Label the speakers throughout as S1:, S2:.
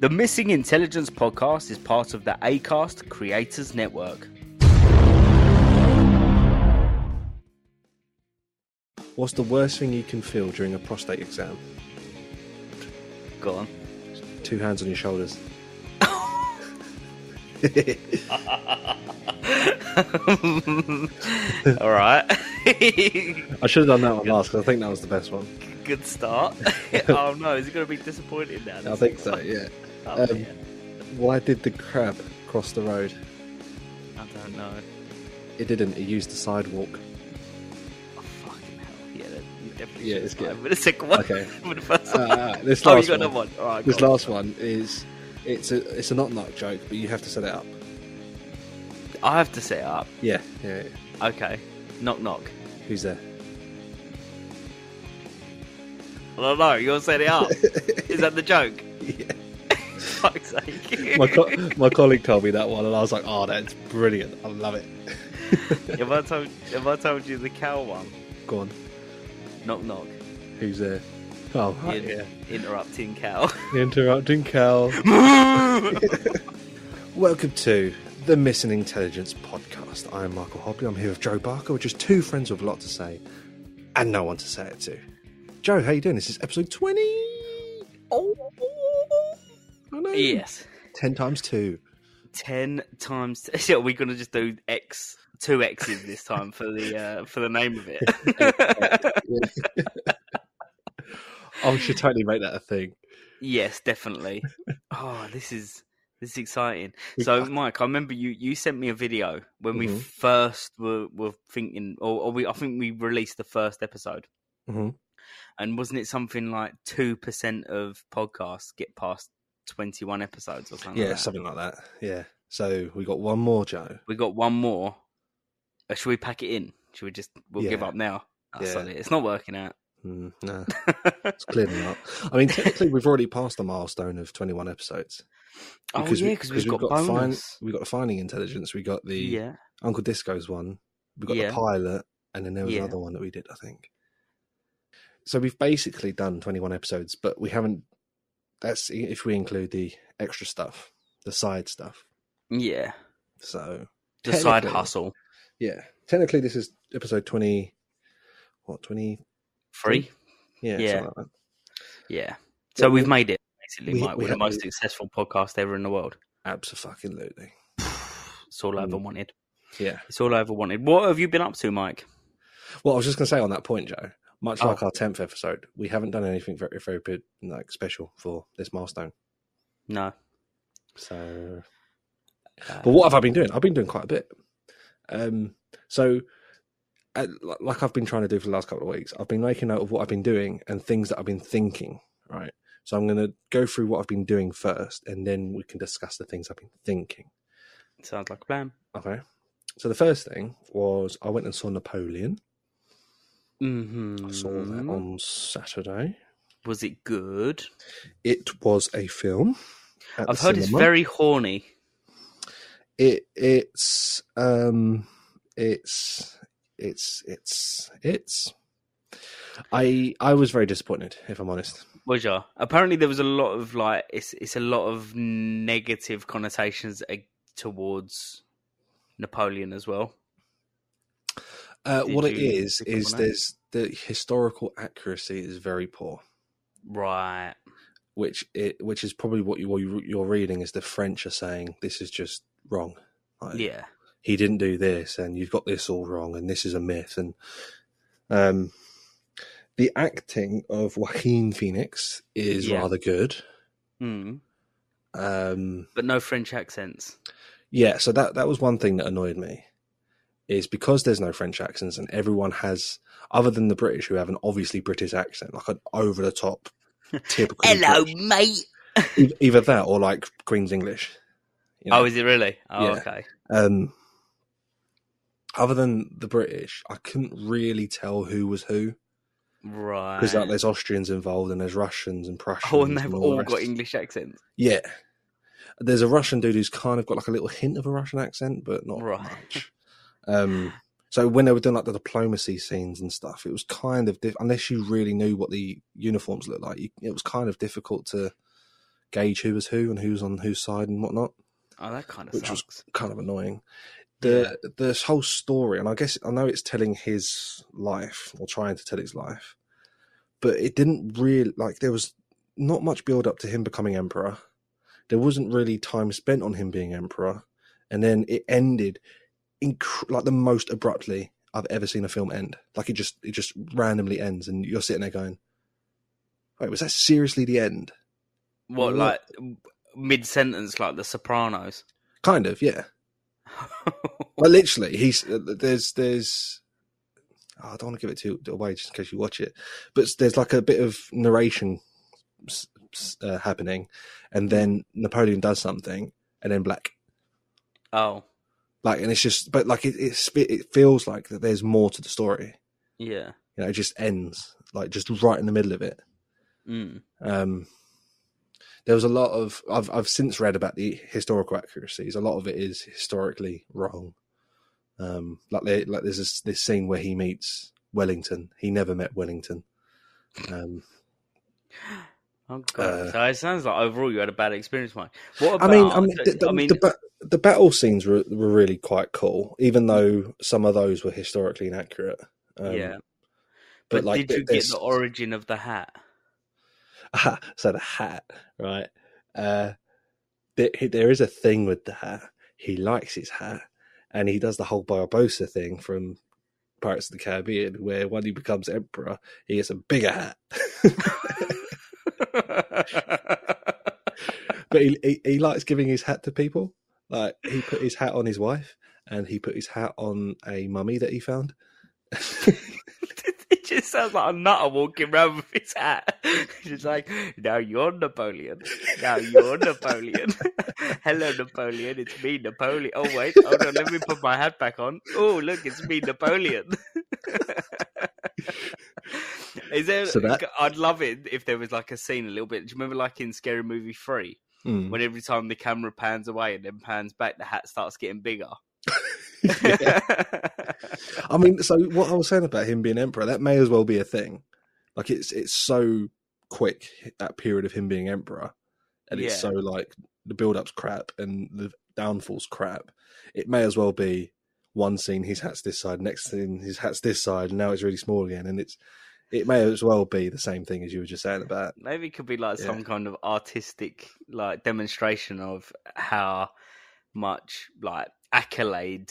S1: The Missing Intelligence podcast is part of the ACAST Creators Network.
S2: What's the worst thing you can feel during a prostate exam?
S1: Go on.
S2: Two hands on your shoulders.
S1: All right.
S2: I should have done that one last because I think that was the best one.
S1: Good start. oh no, is it going to be disappointing now?
S2: I think so, yeah.
S1: Oh,
S2: Um,
S1: yeah.
S2: Why did the crab cross the road?
S1: I don't know.
S2: It didn't, it used the sidewalk.
S1: Oh, fucking hell. Yeah, that, you definitely
S2: Yeah,
S1: should
S2: it's good.
S1: start with the second one.
S2: Okay.
S1: with the first one.
S2: Uh, this
S1: oh,
S2: last
S1: you got another
S2: one.
S1: one. All right,
S2: This
S1: go on.
S2: last one is it's a it's a not knock joke, but you have to set it up.
S1: I have to set it up.
S2: Yeah, yeah. yeah.
S1: Okay. Knock, knock.
S2: Who's there?
S1: I don't know. You're setting it up. is that the joke?
S2: Yeah.
S1: Fuck's sake.
S2: My co- my colleague told me that one, and I was like, "Oh, that's brilliant! I love it."
S1: If I told if I told you the cow one,
S2: Go on.
S1: knock knock,
S2: Who's there? Oh, hi,
S1: in-
S2: yeah.
S1: interrupting cow.
S2: Interrupting Cal. Welcome to the Missing Intelligence Podcast. I'm Michael Hobley. I'm here with Joe Barker, which is two friends with a lot to say and no one to say it to. Joe, how you doing? This is episode 20. Oh, I know.
S1: yes,
S2: 10 times 2.
S1: ten times. Are we gonna just do X two X's this time for the uh, for the name of it?
S2: Oh, we should totally make that a thing.
S1: yes, definitely. Oh, this is this is exciting.
S2: We-
S1: So, Mike, I remember you you sent me a video when we
S2: Mhm.
S1: first were were thinking, or, or we I think we released the first episode.
S2: Mhm.
S1: and wasn't it something like two percent of podcasts get past twenty one episodes or something?
S2: Yeah,
S1: like that?
S2: something like that. Yeah. So we got one more, Joe.
S1: we got one more. Uh, should we pack it in? Should we just we'll give
S2: Yeah.
S1: up now? Oh,
S2: Yeah.
S1: sorry, It's not working out.
S2: Mm, nah, it's clearly not. I mean, technically, we've already passed the milestone of 21 episodes.
S1: oh yeah, because we've got, bonus.
S2: we got the finding intelligence. We got the
S1: Yeah,
S2: Uncle Disco's one. We got
S1: Yeah.
S2: the pilot, and then there was
S1: Yeah.
S2: another one that we did, I think. So we've basically done 21 episodes, but we haven't. That's i- if we include the extra stuff, the side stuff.
S1: yeah.
S2: So
S1: The side
S2: Technically.
S1: hustle.
S2: yeah, technically this is episode 20. What 20?
S1: Free.
S2: Yeah,
S1: Yeah.
S2: something like that.
S1: Yeah. So
S2: we-
S1: we've made it basically,
S2: we-
S1: Mike.
S2: we
S1: We're the
S2: have-
S1: most successful podcast ever in the world.
S2: Absolutely.
S1: It's all I ever
S2: Mm.
S1: wanted.
S2: Yeah.
S1: It's all I ever wanted. What have you been up to, Mike?
S2: Well, I was just going to say on that point, Joe. Much
S1: Oh.
S2: like our tenth episode, we haven't done anything very, very good, like special for this milestone.
S1: No.
S2: So
S1: Uh,
S2: But what have I been doing? I've been doing quite a bit. Um, so, uh, li- like I've been trying to do for the last couple of weeks, I've been making note of what I've been doing and things that I've been thinking. Right. So I'm going to go through what I've been doing first, and then we can discuss the things I've been thinking.
S1: sounds like a plan.
S2: Okay. So the first thing was I went and saw Napoleon.
S1: Mm-hmm.
S2: I saw that on Saturday.
S1: Was it good?
S2: It was a film. at the
S1: I've heard it's
S2: cinema.
S1: very horny.
S2: it it's um it's it's it's it's i i was very disappointed if i'm honest
S1: Was ya? Apparently, there was a lot of like it's it's a lot of negative connotations eh, towards Napoleon as well.
S2: uh
S1: Did
S2: what it
S1: you
S2: is
S1: pick up
S2: is
S1: on that?
S2: there's the historical accuracy is very poor
S1: Right.
S2: which it which is probably what you what you- you're reading is the french are saying this is just wrong Like,
S1: Yeah.
S2: he didn't do this and you've got this all wrong and this is a myth and um the acting of joaquin phoenix is
S1: Yeah.
S2: rather good Hmm.
S1: Mm.
S2: um
S1: But no French accents.
S2: Yeah, so that that was one thing that annoyed me, is because there's no French accents and everyone has, other than the British who have an obviously British accent, like an over the top, typical.
S1: Hello,
S2: British-
S1: mate.
S2: e- Either that or like Queen's English. You know?
S1: Oh, is it really? Oh,
S2: Yeah.
S1: okay.
S2: um, other than the British, I couldn't really tell who was who
S1: Right.
S2: because like there's Austrians involved and there's Russians and Prussians.
S1: oh, and they've
S2: the
S1: all
S2: rest.
S1: got English accents.
S2: Yeah. There's a Russian dude who's kind of got like a little hint of a Russian accent, but not
S1: Right.
S2: much. Um, so when they were doing like the diplomacy scenes and stuff, it was kind of diff- unless you really knew what the uniforms looked like, you, it was kind of difficult to gauge who was who and who was on whose side and whatnot.
S1: Oh, that kind of
S2: Which was-
S1: sucks.
S2: Kind of annoying. The this whole story, and I guess I know it's telling his life or trying to tell his life, but it didn't really like there was not much build up to him becoming emperor. There wasn't really time spent on him being emperor, and then it ended inc- like the most abruptly I've ever seen a film end. Like it just it just randomly ends, and you're sitting there going, "Wait, was that seriously the end?"
S1: What,
S2: Well,
S1: like mid sentence, like The Sopranos?
S2: Kind of, yeah. Well, literally, he's uh, there's there's. oh, I don't want to give it too away just in case you watch it, but there's like a bit of narration s- s- uh, happening, and then Napoleon does something, and then black
S1: oh,
S2: like, and it's just but like it it, spe- it feels like that there's more to the story.
S1: yeah.
S2: You know, it just ends like just right in the middle of it.
S1: Mm.
S2: Um, there was a lot of I've I've since read about the historical accuracies. A lot of it is historically wrong. Um, like they, like there's this, this scene where he meets Wellington. He never met Wellington. Um,
S1: Oh, God.
S2: Uh,
S1: so it sounds like overall you had a bad experience, Mike. What
S2: I
S1: about,
S2: mean, I mean, the, the,
S1: I mean
S2: the, ba- the battle scenes were, were really quite cool, even though some of those were historically inaccurate. Um,
S1: yeah.
S2: but,
S1: But,
S2: like,
S1: did you
S2: there's-
S1: get the origin of the hat?
S2: so the hat, right? Uh, there, he- there is a thing with the hat. He likes his hat, and he does the whole Barbosa thing from Pirates of the Caribbean, where when he becomes emperor, he gets a bigger hat. but he, he he likes giving his hat to people. Like he put his hat on his wife, and he put his hat on a mummy that he found.
S1: it just sounds like a nutter walking around with his hat. He's like, now you're Napoleon. Now you're Napoleon. Hello, Napoleon. It's me, Napoleon. Oh, wait. Hold on. Let me put my hat back on. Oh, look. It's me, Napoleon. Is there?
S2: So that-
S1: I'd love it if there was like a scene a little bit. Do you remember, like in Scary Movie Three,
S2: Hmm.
S1: when every time the camera pans away and then pans back, the hat starts getting bigger.
S2: Yeah. I mean, so what I was saying about him being emperor, that may as well be a thing. Like it's it's so quick that period of him being emperor, and it's
S1: Yeah.
S2: so like the build up's crap and the downfall's crap. It may as well be one scene his hat's this side, next scene his hat's this side, and now it's really small again, and it's it may as well be the same thing as you were just saying about.
S1: Maybe it could be like
S2: Yeah.
S1: some kind of artistic like demonstration of how much like accolade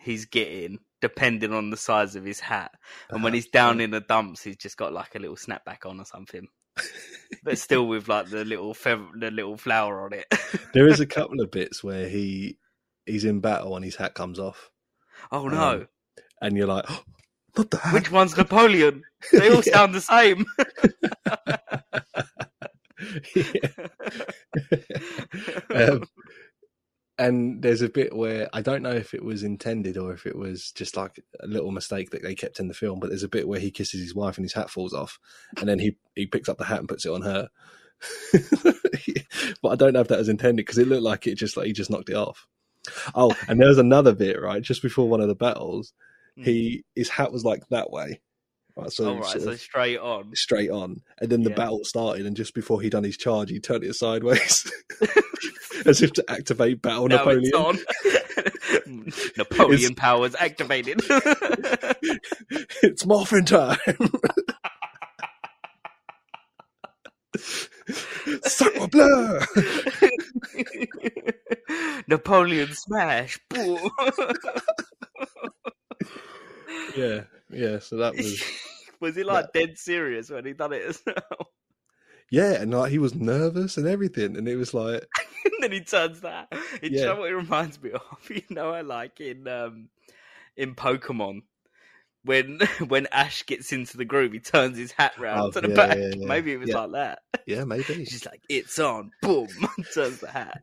S1: he's getting depending on the size of his hat. and when he's down in the dumps, he's just got like a little snapback on or something. but still with like the little feather, the little flower on it.
S2: there is a couple of bits where he he's in battle and his hat comes off,
S1: oh no.
S2: Um, and you're like, not the hat.
S1: Which one's Napoleon? They all
S2: Yeah.
S1: sound the same.
S2: um, and there's a bit where I don't know if it was intended or if it was just like a little mistake that they kept in the film, but there's a bit where he kisses his wife and his hat falls off, and then he he picks up the hat and puts it on her. but I don't know if that was intended because it looked like it just like he just knocked it off. Oh, and there was another bit right just before one of the battles. He his hat was like that way, right? So,
S1: Hmm. all right,
S2: sort
S1: so
S2: of
S1: straight on.
S2: straight on, and then the
S1: Yeah.
S2: battle started. And just before he done his charge, he turned it sideways as if to activate battle
S1: Now it's
S2: Napoleon.
S1: on. Napoleon
S2: It's-
S1: powers activated.
S2: it's morphin time. Suck my blood.
S1: Napoleon smash. Boom.
S2: Yeah, yeah. So that was
S1: was he like dead serious when he done it as well?
S2: yeah, and like he was nervous and everything, and it was like
S1: and then he turns that. It, Do you
S2: Yeah.
S1: know what it reminds me of? You know, I like in um in Pokemon when when Ash gets into the groove, he turns his hat round
S2: Oh,
S1: to the
S2: yeah,
S1: back.
S2: yeah, yeah.
S1: Maybe it was
S2: Yeah.
S1: like that.
S2: yeah, maybe
S1: She's like, "It's on!" Boom, turns the hat.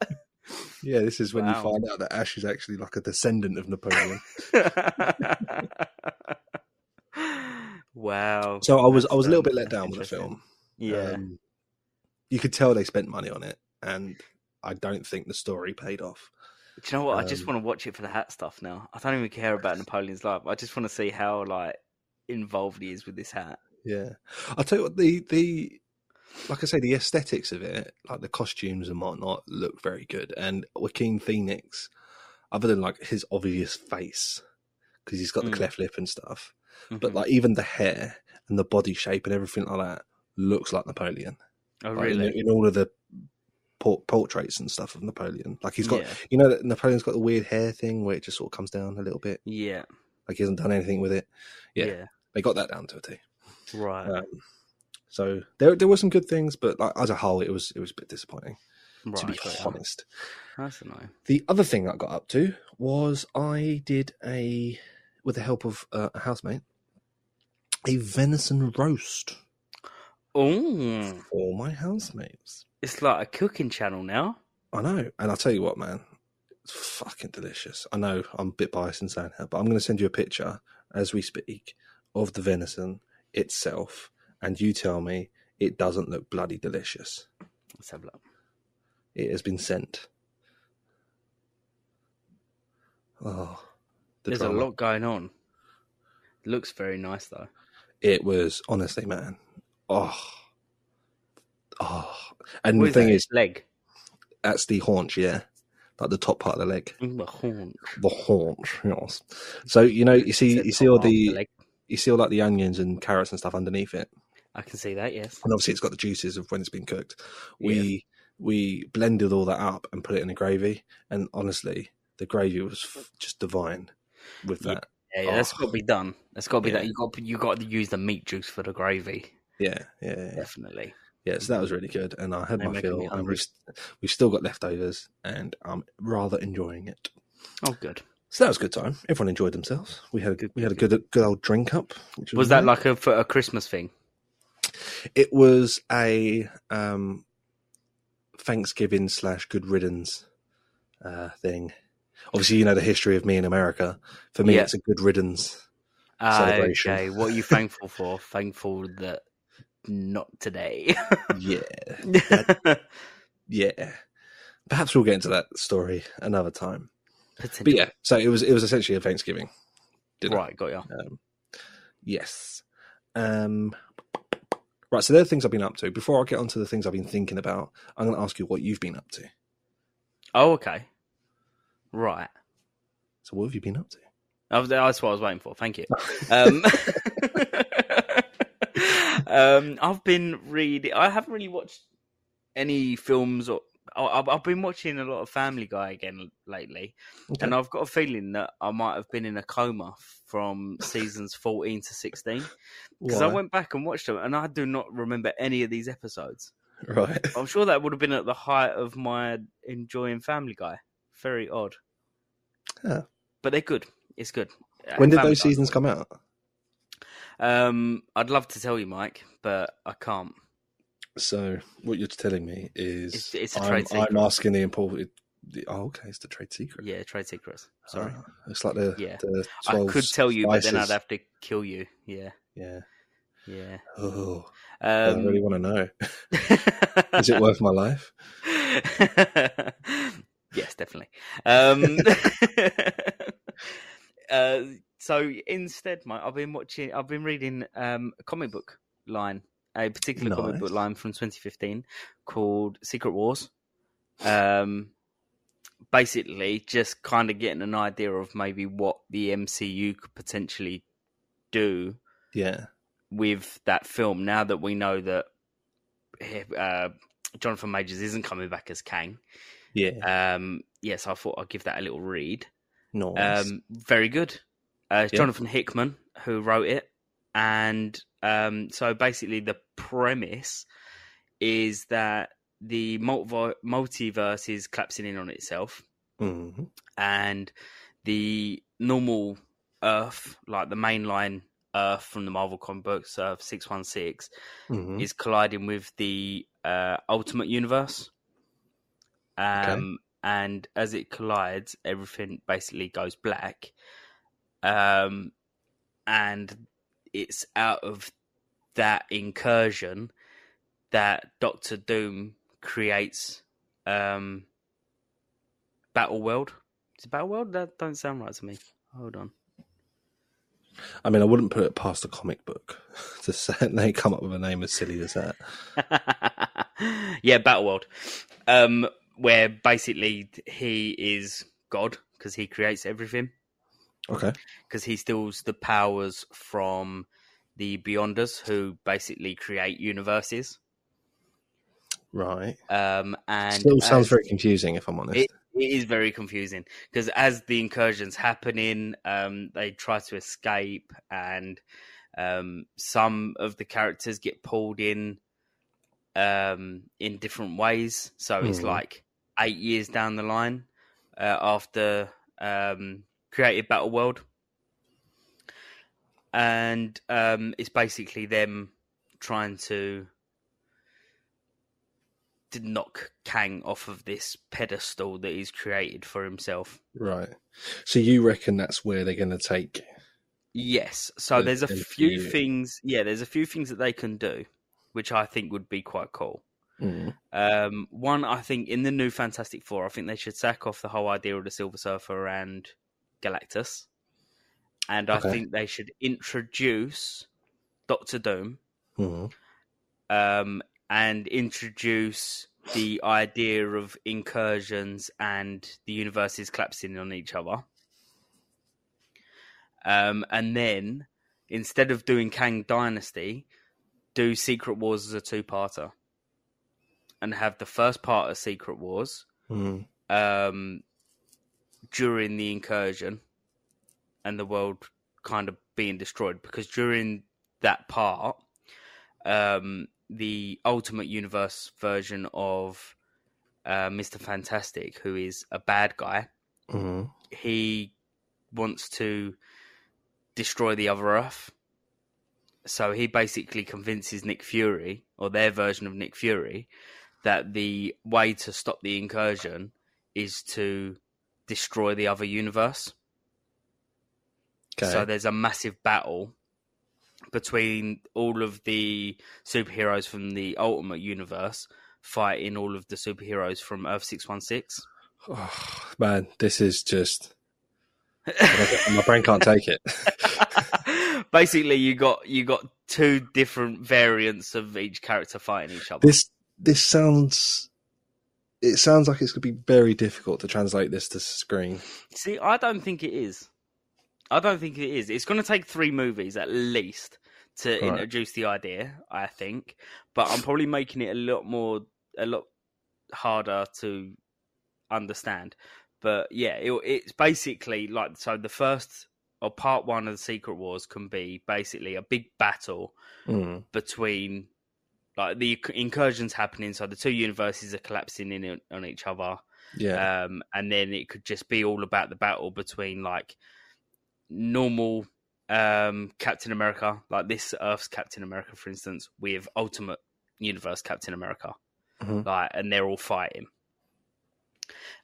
S2: yeah. This is when
S1: Wow.
S2: you find out that Ash is actually like a descendant of Napoleon.
S1: wow.
S2: so I was
S1: That's,
S2: I was a little
S1: um,
S2: bit let
S1: that's
S2: down with the
S1: interesting.
S2: film.
S1: Yeah.
S2: Um, you could tell they spent money on it, and I don't think the story paid off.
S1: Do you know what? I just
S2: um,
S1: want to watch it for the hat stuff now. I don't even care about Napoleon's life. I just want to see how like involved he is with this hat.
S2: Yeah, I'll tell you what the the like I say, the aesthetics of it, like the costumes and whatnot, look very good. And Joaquin Phoenix, other than like his obvious face, because he's got the
S1: Mm.
S2: cleft lip and stuff,
S1: Mhm.
S2: but like even the hair and the body shape and everything like that looks like Napoleon.
S1: oh,
S2: Like, in-
S1: really?
S2: in, all of the por- portraits and stuff of Napoleon, like he's got,
S1: yeah.
S2: you know, that Napoleon's got the weird hair thing where it just sort of comes down a little bit.
S1: Yeah.
S2: Like he hasn't done anything with it. Yeah.
S1: yeah,
S2: They got that down to a T.
S1: right,
S2: Um, so there, there were some good things, but like, as a whole, it was it was a bit disappointing
S1: right.
S2: to be
S1: fair enough.
S2: honest.
S1: That's annoying.
S2: The other thing I got up to was I did a, with the help of uh, a housemate, a venison roast
S1: Oh,
S2: for my housemates.
S1: it's like a cooking channel now.
S2: I know, and I'll tell you what, man, it's fucking delicious. I know I'm a bit biased in saying that, but I'm going to send you a picture as we speak of the venison itself, and you tell me it doesn't look bloody delicious.
S1: Let's have a look.
S2: It has been sent. Oh, the
S1: There's
S2: drama.
S1: a lot going on. Looks very nice though.
S2: it was honestly, man, oh, oh. And
S1: What
S2: the thing
S1: that?
S2: is,
S1: leg,
S2: that's the haunch, yeah, like the top part of the leg,
S1: Mm, the haunch.
S2: the haunch. Yes. So you know, Oh, you see,
S1: Said
S2: you see all
S1: half the
S2: the,
S1: leg.
S2: you see all like the onions and carrots and stuff underneath it,
S1: I can see that. Yes.
S2: and obviously it's got the juices of when it's been cooked. We we blended all that up and put it in the gravy, and honestly, the gravy was f- just divine with
S1: Yeah.
S2: that.
S1: Yeah, yeah that's
S2: Oh.
S1: got to be done. That's got to be
S2: Yeah.
S1: that. You got you got to use the meat juice for the gravy.
S2: Yeah, yeah, yeah.
S1: Definitely.
S2: Yeah, so that was really good, and I had
S1: They're
S2: my
S1: making me
S2: fill, and
S1: hungry.
S2: we've, st- we've still got leftovers, and I'm rather enjoying it.
S1: Oh, good.
S2: So that was a good time. Everyone enjoyed themselves. We had a,
S1: Good,
S2: we had a good good old drink up. Which
S1: Was that
S2: nice.
S1: like a for a Christmas thing?
S2: it was a um, Thanksgiving slash Good Riddance uh, thing? Obviously, you know the history of me in America. For me,
S1: Yeah.
S2: it's a Good Riddance. Celebration.
S1: Ah, Okay. What are you thankful for? thankful that not today.
S2: yeah, yeah. Perhaps we'll get into that story another time. But
S1: Potentially.
S2: yeah, so it was it was essentially a Thanksgiving dinner.
S1: right. Got you.
S2: Um, yes. Um, right, so there are things I've been up to. Before I get on to the things I've been thinking about, I'm going to ask you what you've been up to.
S1: Oh, okay. Right.
S2: So, what have you been up to?
S1: That was- That's what I was waiting for. Thank you. Um, um, I've been really. I haven't really watched any films or. I- I've I've been watching a lot of Family Guy again lately,
S2: Okay.
S1: and I've got a feeling that I might have been in a coma from seasons fourteen to sixteen because I
S2: Why?
S1: went back and watched them, and I do not remember any of these episodes.
S2: Right.
S1: I'm sure that would have been at the height of my enjoying Family Guy. Very odd.
S2: Yeah.
S1: But they're good. It's good. Uh,
S2: When did
S1: Family
S2: those
S1: Guy.
S2: seasons come out?
S1: Um, I'd love to tell you, Mike, but I can't.
S2: So, what you're telling me is
S1: It's- it's a
S2: I'm-
S1: trade
S2: I'm,
S1: secret.
S2: asking the important. The, oh, okay, it's the trade secret.
S1: Yeah, trade secrets. Sorry,
S2: Ah, it's like the,
S1: Yeah.
S2: the
S1: I
S2: 12
S1: could tell you, but then I'd
S2: spices.
S1: have to kill you. Yeah,
S2: Yeah.
S1: yeah.
S2: Oh, I
S1: Um,
S2: really want to know. Is it worth my life?
S1: yes, definitely. Um, uh, so instead, mate, I've been watching. I've been reading um, a comic book line, a particular comic book
S2: Nice.
S1: line from 2015 called Secret Wars. Um, basically, just kind of getting an idea of maybe what the MCU could potentially do
S2: Yeah.
S1: with that film now that we know that uh, Jonathan Majors isn't coming back as Kang.
S2: Yeah.
S1: Um, yes, I thought I'd give that a little read.
S2: Nice.
S1: Um, very good. Uh, it's
S2: Yeah.
S1: Jonathan Hickman who wrote it, and um, so basically the premise is that the multiver- multiverse is collapsing in on itself,
S2: Mhm.
S1: and the normal Earth, like the mainline Earth from the Marvel comic books, Earth six one six,
S2: Mhm.
S1: is colliding with the uh, Ultimate Universe. Um, And as it collides, everything basically goes black. Um, and it's out of that incursion that Doctor Doom creates um, Battle World. Is it Battle World? That don't sound right to me. Hold on.
S2: I mean, I wouldn't put it past a comic book to say they come up with a name as silly as that.
S1: yeah, Battleworld, um, where basically he is God because he creates everything
S2: Okay.
S1: because he steals the powers from the Beyonders who basically create universes.
S2: Right.
S1: Um, and
S2: Still sounds
S1: as-
S2: very confusing, if I'm honest.
S1: it is very confusing because as the incursions happening, um, they try to escape, and um, some of the characters get pulled in um, in different ways. So it's
S2: Mhm.
S1: like eight years down the line uh, after um, Creative Battle World, and um, it's basically them trying to to knock Kang off of this pedestal that he's created for himself.
S2: right. So you reckon that's where they're going to take?
S1: Yes. So
S2: The
S1: there's a few
S2: MCU.
S1: things. Yeah, there's a few things that they can do, which I think would be quite cool.
S2: Mm-hmm.
S1: Um, one, I think in the new Fantastic Four, I think they should sack off the whole idea of the Silver Surfer and Galactus, and I
S2: Okay.
S1: think they should introduce Doctor Doom
S2: Mhm.
S1: um, and introduce the idea of incursions and the universes collapsing on each other. Um, and then, instead of doing Kang Dynasty, do Secret Wars as a two parter and have the first part of Secret Wars
S2: Mhm.
S1: um, during the incursion and the world kind of being destroyed because during that part, um, the Ultimate Universe version of uh, Mr. Fantastic, who is a bad guy,
S2: Mhm.
S1: he wants to destroy the other Earth. So he basically convinces Nick Fury, or their version of Nick Fury, that the way to stop the incursion is to destroy the other universe.
S2: Okay.
S1: So there's a massive battle between all of the superheroes from the Ultimate Universe fighting all of the superheroes from Earth 616.
S2: Oh, man, this is just my brain can't take it.
S1: Basically, you got you got two different variants of each character fighting each other.
S2: this this sounds. It sounds like it's going to be very difficult to translate this to screen.
S1: See, I don't think it is. I don't think it is. It's going to take three movies at least to
S2: Right.
S1: introduce the idea. I think, but I'm probably making it a lot more, a lot harder to understand. But yeah, it, it's basically like so. The first or part one of the Secret Wars can be basically a big battle
S2: Mm.
S1: between like the incursions happening, so the two universes are collapsing in on each other
S2: Yeah.
S1: um, and then it could just be all about the battle between like normal um, Captain America, like this Earth's Captain America, for instance, with Ultimate Universe Captain America,
S2: Mhm.
S1: like, and they're all fighting.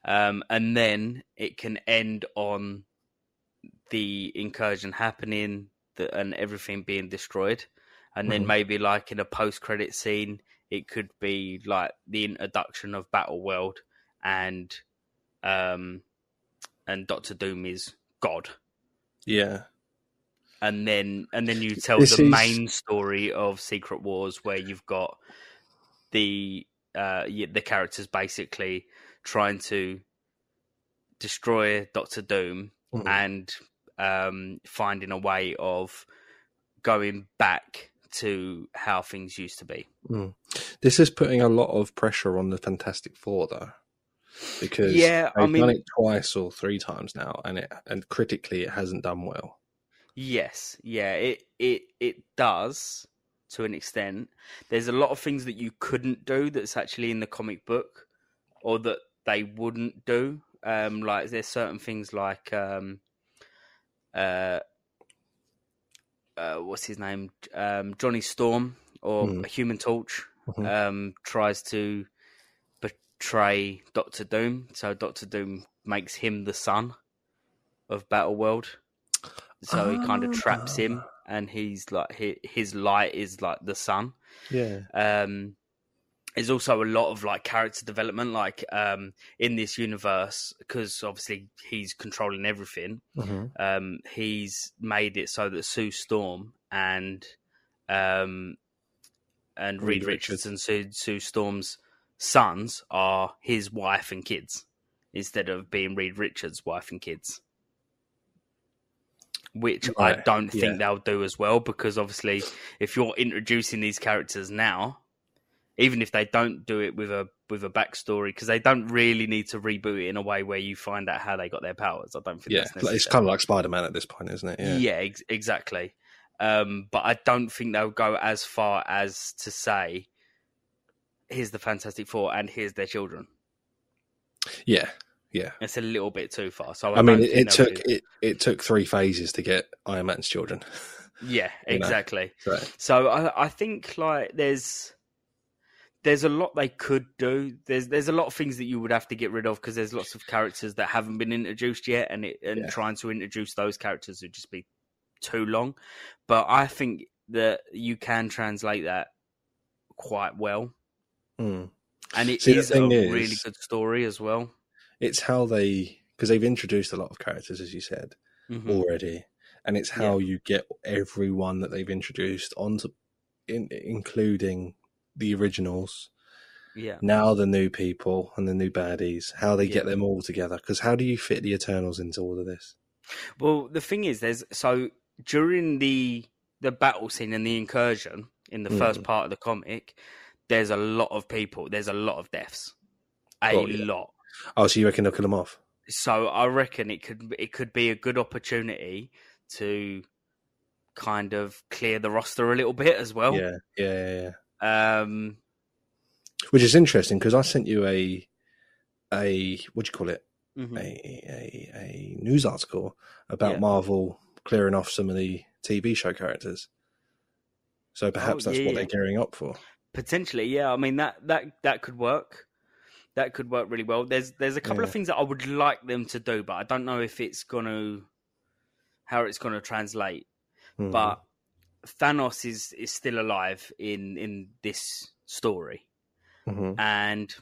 S1: Um, and then it can end on the incursion happening the, and everything being destroyed, and then
S2: Mhm.
S1: maybe like in a post-credit scene, it could be like the introduction of Battle World and um and Doctor Doom is God.
S2: yeah.
S1: And then and then you tell
S2: This
S1: the
S2: is-
S1: main story of Secret Wars where you've got the uh y- the characters basically trying to destroy Doctor Doom
S2: Mhm.
S1: and um finding a way of going back to how things used to be.
S2: Mm. This is putting a lot of pressure on the Fantastic Four, though, because
S1: Yeah, I
S2: they've
S1: mean-
S2: done it twice or three times now, and it and critically it hasn't done well.
S1: Yes, yeah, it it it does to an extent. There's a lot of things that you couldn't do that's actually in the comic book, or that they wouldn't do. Um, like there's certain things like um, uh, uh, what's his name, um, Johnny Storm or
S2: Mhm.
S1: Human Torch,
S2: Mhm.
S1: um, tries to betray Doctor Doom, so Doctor Doom makes him the son of Battle World. So he kind of traps him, and he's like hi- his light is like the sun.
S2: Yeah,
S1: Um, there's also a lot of like character development, like um, in this universe, because obviously he's controlling everything.
S2: Mm-hmm.
S1: Um, he's made it so that Sue Storm and um, and
S2: Reed
S1: Reed Richards and Sue, Sue Storm's sons are his wife and kids, instead of being Reed Richards' wife and kids. Which I
S2: Right,
S1: don't think
S2: yeah.
S1: they'll do as well, because obviously, if you're introducing these characters now, even if they don't do it with a with a backstory, because they don't really need to reboot it in a way where you find out how they got their powers. I don't think
S2: Yeah,
S1: that's
S2: like,
S1: necessary.
S2: it's kind of like Spider Man at this point, isn't it?
S1: yeah, ex- exactly. Um, but I don't think they'll go as far as to say, "Here's the Fantastic Four and here's their children."
S2: yeah, yeah.
S1: It's a little bit too far. So I,
S2: I mean,
S1: don't
S2: it,
S1: think
S2: it
S1: they'll
S2: took
S1: do-
S2: it, it took three phases to get Iron Man's children.
S1: yeah,
S2: you know.
S1: exactly.
S2: So,
S1: So I, I think like there's there's a lot they could do. There's there's a lot of things that you would have to get rid of because there's lots of characters that haven't been introduced yet, and it, and
S2: Yeah.
S1: trying to introduce those characters would just be too long. But I think that you can translate that quite well, Hmm.
S2: mm.
S1: and it is
S2: See, the
S1: a
S2: thing
S1: really
S2: is-
S1: good story as well.
S2: it's how they because they've introduced a lot of characters, as you said
S1: Mhm.
S2: already, and it's how you get everyone that they've introduced onto, in, including the originals,
S1: Yeah,
S2: now the new people and the new baddies. How they get
S1: Yeah.
S2: them all together? Because how do you fit the Eternals into all of this?
S1: Well, the thing is, there's so during the the battle scene and the incursion in the
S2: Mm.
S1: first part of the comic, there's a lot of people. There's a lot of deaths, a
S2: Oh, yeah.
S1: lot.
S2: Oh, so you reckon they'll kill them off?
S1: So I reckon it could it could be a good opportunity to kind of clear the roster a little bit as well.
S2: Yeah, yeah, yeah, yeah.
S1: Um,
S2: Which is interesting because I sent you a a what do you call it?
S1: mhm.
S2: Mm-hmm. A a, a news article about
S1: Yeah.
S2: Marvel clearing off some of the TV show characters. So perhaps that's
S1: Oh, yeah,
S2: what
S1: yeah.
S2: they're gearing up for.
S1: Potentially, yeah. I mean that that that could work. That could work really well. There's there's a couple of
S2: Yeah.
S1: things that I would like them to do, but I don't know if it's gonna how it's gonna translate.
S2: Hmm.
S1: But Thanos is is still alive in in this story,
S2: Mhm.
S1: and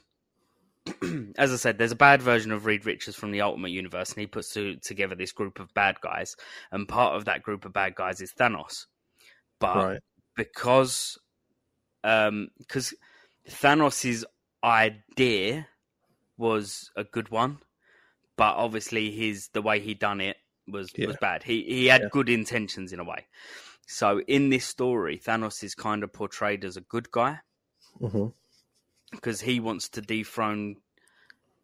S1: as I said, there's a bad version of Reed Richards from the Ultimate Universe, and he puts to, together this group of bad guys, and part of that group of bad guys is Thanos. But
S2: right,
S1: because um because Thanos' idea was a good one, but obviously his the way he done it was
S2: Yeah.
S1: was bad. He he had
S2: Yeah.
S1: good intentions in a way. So in this story, Thanos is kind of portrayed as a good guy
S2: Mhm.
S1: because he wants to dethrone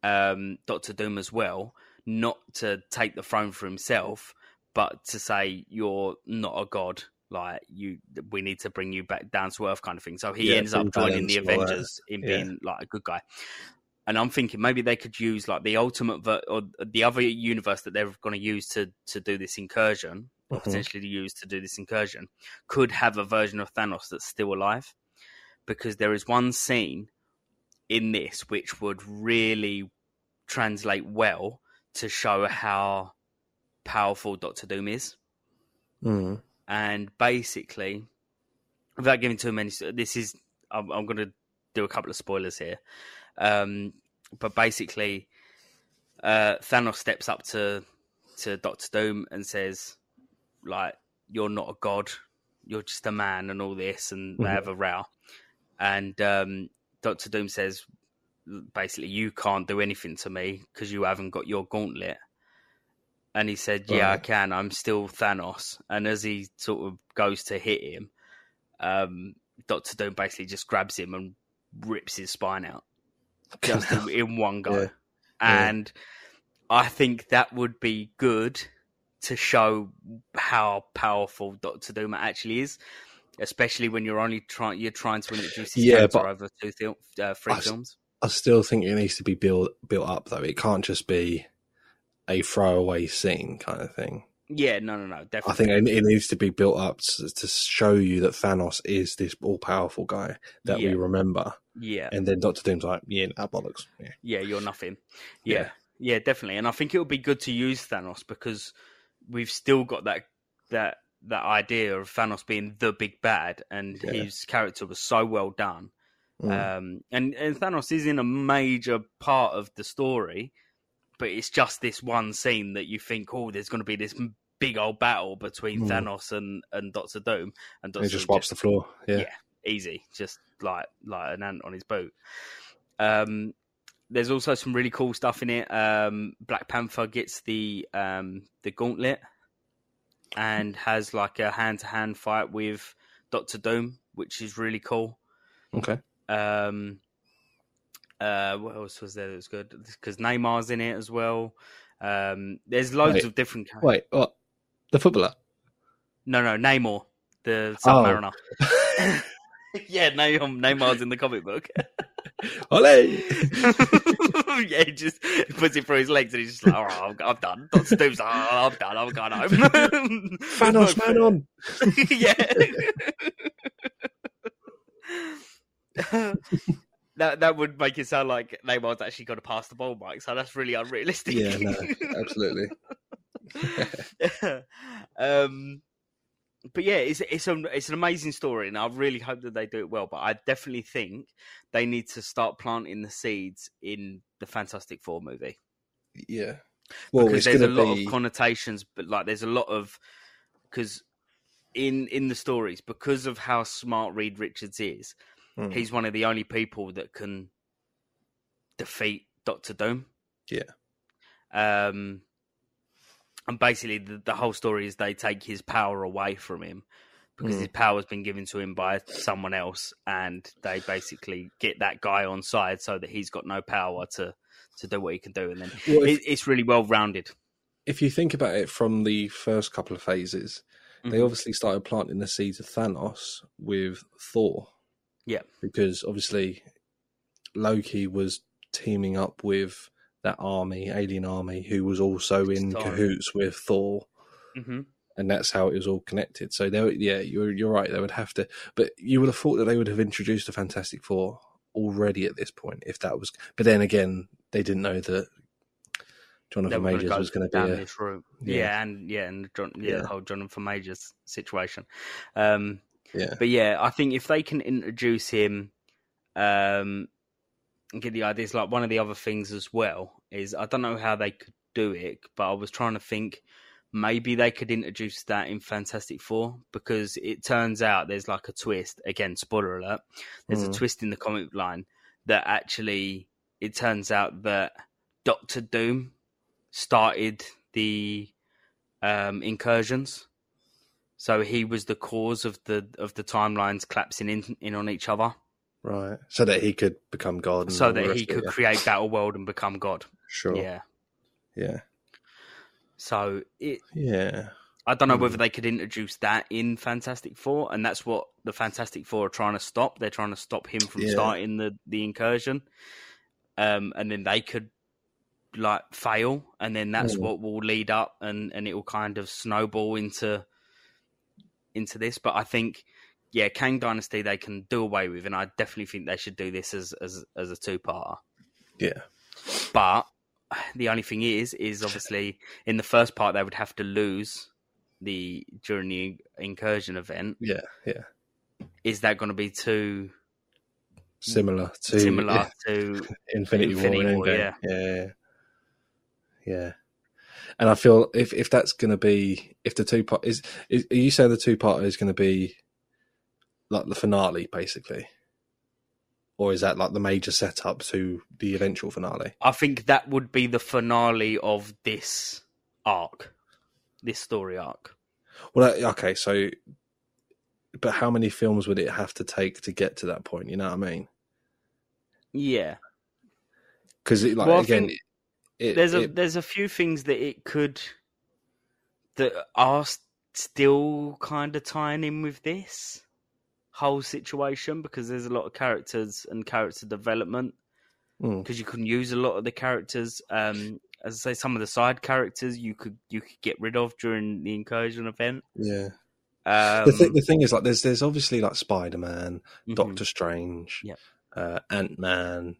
S1: um, Doctor Doom as well, not to take the throne for himself, but to say you're not a god. Like you, we need to bring you back down to earth, kind of thing. So he
S2: Yeah,
S1: ends up
S2: bring
S1: joining the
S2: balance and all that.
S1: Avengers in
S2: Yeah.
S1: being like a good guy. And I'm thinking maybe they could use like the ultimate ver- or the other universe that they're going to use to to do this incursion, or
S2: Mhm.
S1: potentially to use to do this incursion, could have a version of Thanos that's still alive, because there is one scene in this which would really translate well to show how powerful Doctor Doom is.
S2: Mhm.
S1: And basically, without giving too many, this is I'm, I'm going to do a couple of spoilers here, um, but basically, uh, Thanos steps up to to Doctor Doom and says, "Like you're not a god, you're just a man," and all this, and they
S2: Mhm.
S1: have a row, and um, Doctor Doom says, basically, you can't do anything to me because you haven't got your gauntlet. And he said, Yeah, I
S2: Right.
S1: can. I'm still Thanos. And as he sort of goes to hit him, um, Doctor Doom basically just grabs him and rips his spine out just in, in one go.
S2: Yeah. Yeah.
S1: And I think that would be good to show how powerful Doctor Doom actually is, especially when you're only trying you're trying to introduce his
S2: Yeah,
S1: character
S2: but-
S1: over two fil- uh, three
S2: I s-
S1: films.
S2: I still think it needs to be built built up though. It can't just be a throwaway scene kind of thing.
S1: Yeah, no, no, no,
S2: I
S1: definitely.
S2: think it, it needs to be built up to, to show you that Thanos is this all powerful guy that
S1: yeah,
S2: we remember.
S1: yeah,
S2: And then Doctor Doom's like, yeah, that bollocks. Yeah.
S1: yeah, you're nothing. Yeah. yeah, definitely. And I think it would be good to use Thanos because we've still got that that that idea of Thanos being the big bad, and
S2: Yeah.
S1: his character was so well done
S2: Mm.
S1: Um, and, and Thanos is in a major part of the story, but it's just this one scene that you think, oh, there's going to be this m- big old battle between
S2: Mm.
S1: Thanos and, and Doctor Doom, and
S2: And
S1: Doctor
S2: he just
S1: Doom
S2: wipes the floor. Yeah.
S1: Yeah. easy, just like like an ant on his boot. Um, there's also some really cool stuff in it. Um, Black Panther gets the um, the gauntlet and has like a hand to hand fight with Doctor Doom, which is really cool.
S2: Okay.
S1: Um, uh, what else was there that was good? Because Neymar's in it as well. Um, there's loads
S2: Wait.
S1: of different. Kind-
S2: Wait, what? The footballer.
S1: No, no, Neymar, the
S2: Oh.
S1: Submariner. yeah, Neymar, Neymar's in the comic book.
S2: Ole!
S1: yeah, he just puts it through his legs and he's just like, all right, I'm, I'm done. Doctor Doom's like, oh, I'm done. I'm going home.
S2: Thanos, man on.
S1: yeah. that that would make it sound like Neymar's actually got to pass the ball, Mike. So that's really unrealistic.
S2: Yeah, no, absolutely.
S1: um, but yeah, it's it's an it's an amazing story, and I really hope that they do it well. But I definitely think they need to start planting the seeds in the Fantastic Four movie
S2: Yeah. Well,
S1: because
S2: it's
S1: there's a
S2: going to
S1: lot
S2: be.
S1: of connotations, but like there's a lot of because in in the stories because of how smart Reed Richards is,
S2: Mm.
S1: he's one of the only people that can defeat Doctor Doom.
S2: Yeah.
S1: Um, and basically the, the whole story is they take his power away from him because
S2: Mm.
S1: his power has been given to him by someone else, and they basically get that guy on side so that he's got no power to to do what he can do, and then
S2: Well, if-
S1: it, it's really well rounded.
S2: if you think about it from the first couple of phases, they
S1: Mhm.
S2: obviously started planting the seeds of Thanos with Thor.
S1: Yeah.
S2: Because obviously Loki was teaming up with that army, alien army, who was also in
S1: Sorry.
S2: cahoots with Thor.
S1: hmm
S2: And that's how it was all connected. So they, were- yeah, you're you're right. They would have to, but you would have thought that they would have introduced the Fantastic Four already at this point, if that was. But then again, they didn't know that
S1: They
S2: Jonathan
S1: were gonna
S2: Majors
S1: go
S2: was going to
S1: down
S2: be a,
S1: this route.
S2: yeah.
S1: Yeah. and yeah, and John, yeah,
S2: Yeah.
S1: the whole Jonathan Majors situation. Um,
S2: Yeah.
S1: but yeah, I think if they can introduce him, um, and get the ideas. Like one of the other things as well is I don't know how they could do it, but I was trying to think maybe they could introduce that in Fantastic Four because it turns out there's like a twist. Again, spoiler alert. There's a
S2: Mm.
S1: twist in the comic line that actually it turns out that Doctor Doom started the um, incursions. So he was the cause of the of the timelines collapsing in, in on each other,
S2: Right. So that he could become God. and
S1: so
S2: all the
S1: that
S2: rest
S1: he
S2: of it,
S1: could
S2: yeah.
S1: create Battleworld and become God.
S2: Sure. Yeah.
S1: Yeah.
S2: Yeah.
S1: So it,
S2: Yeah.
S1: I don't know
S2: Hmm.
S1: whether they could introduce that in Fantastic Four, and that's what the Fantastic Four are trying to stop. They're trying to stop him from
S2: Yeah.
S1: starting the the incursion, um, and then they could like fail, and then that's
S2: Hmm.
S1: what will lead up, and and it will kind of snowball into into this. But I think, yeah, Kang Dynasty they can do away with, and I definitely think they should do this as as as a two parter. But the only thing is, is obviously in the first part they would have to lose the during the incursion event.
S2: Yeah. Yeah.
S1: Is that going to be too
S2: Similar to
S1: similar to? Infinity
S2: Infinity, War.
S1: War,
S2: and Endgame. Yeah. Yeah. And I feel if if that's going to be if the two part is, is are you saying the two part is going to be like the finale basically, or is that like the major setup to the eventual finale?
S1: I think that would be the finale of this arc, this story arc.
S2: Well, uh, okay, so, but how many films would it have to take to get to that point? You know what I mean?
S1: Yeah,
S2: Because like
S1: Well, I
S2: again,
S1: think
S2: it,
S1: there's a
S2: it-
S1: there's a few things that it could that are s- still kind of tying in with this whole situation because there's a lot of characters and character development
S2: mm,
S1: because you can use a lot of the characters. Um, as I say, some of the side characters you could you could get rid of during the incursion event.
S2: yeah.
S1: Um,
S2: the, thing the thing is, like, there's there's obviously like Spider Man,
S1: mhm.
S2: Doctor Strange,
S1: Yep.
S2: uh, Ant Man,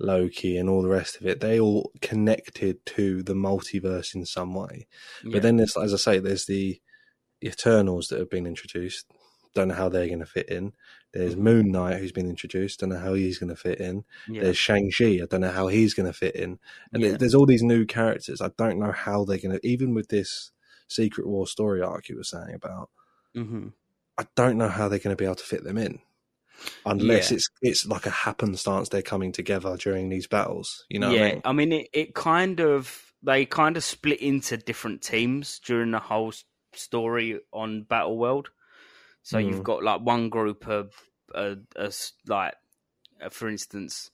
S2: Loki, and all the rest of it. They all connected to the multiverse in some way.
S1: Yeah.
S2: But then there's, as I say, there's the Eternals that have been introduced. Don't know how they're going to fit in. There's Moon Knight, who's been introduced. Don't know how he's going to fit in.
S1: Mm-hmm. Yeah.
S2: There's Shang-Chi. I don't know how he's going to fit in. And
S1: Yeah.
S2: there- there's all these new characters. I don't know how they're going to, even with this Secret War story arc you were saying about,
S1: hmm
S2: I don't know how they're going to be able to fit them in. Unless
S1: Yeah.
S2: it's it's like a happenstance they're coming together during these battles, you know.
S1: yeah,
S2: what I mean?
S1: it, it kind of they kind of split into different teams during the whole s- story on Battle World. So you've
S2: Mm.
S1: got like one group of, uh, uh, s- like, uh, for instance,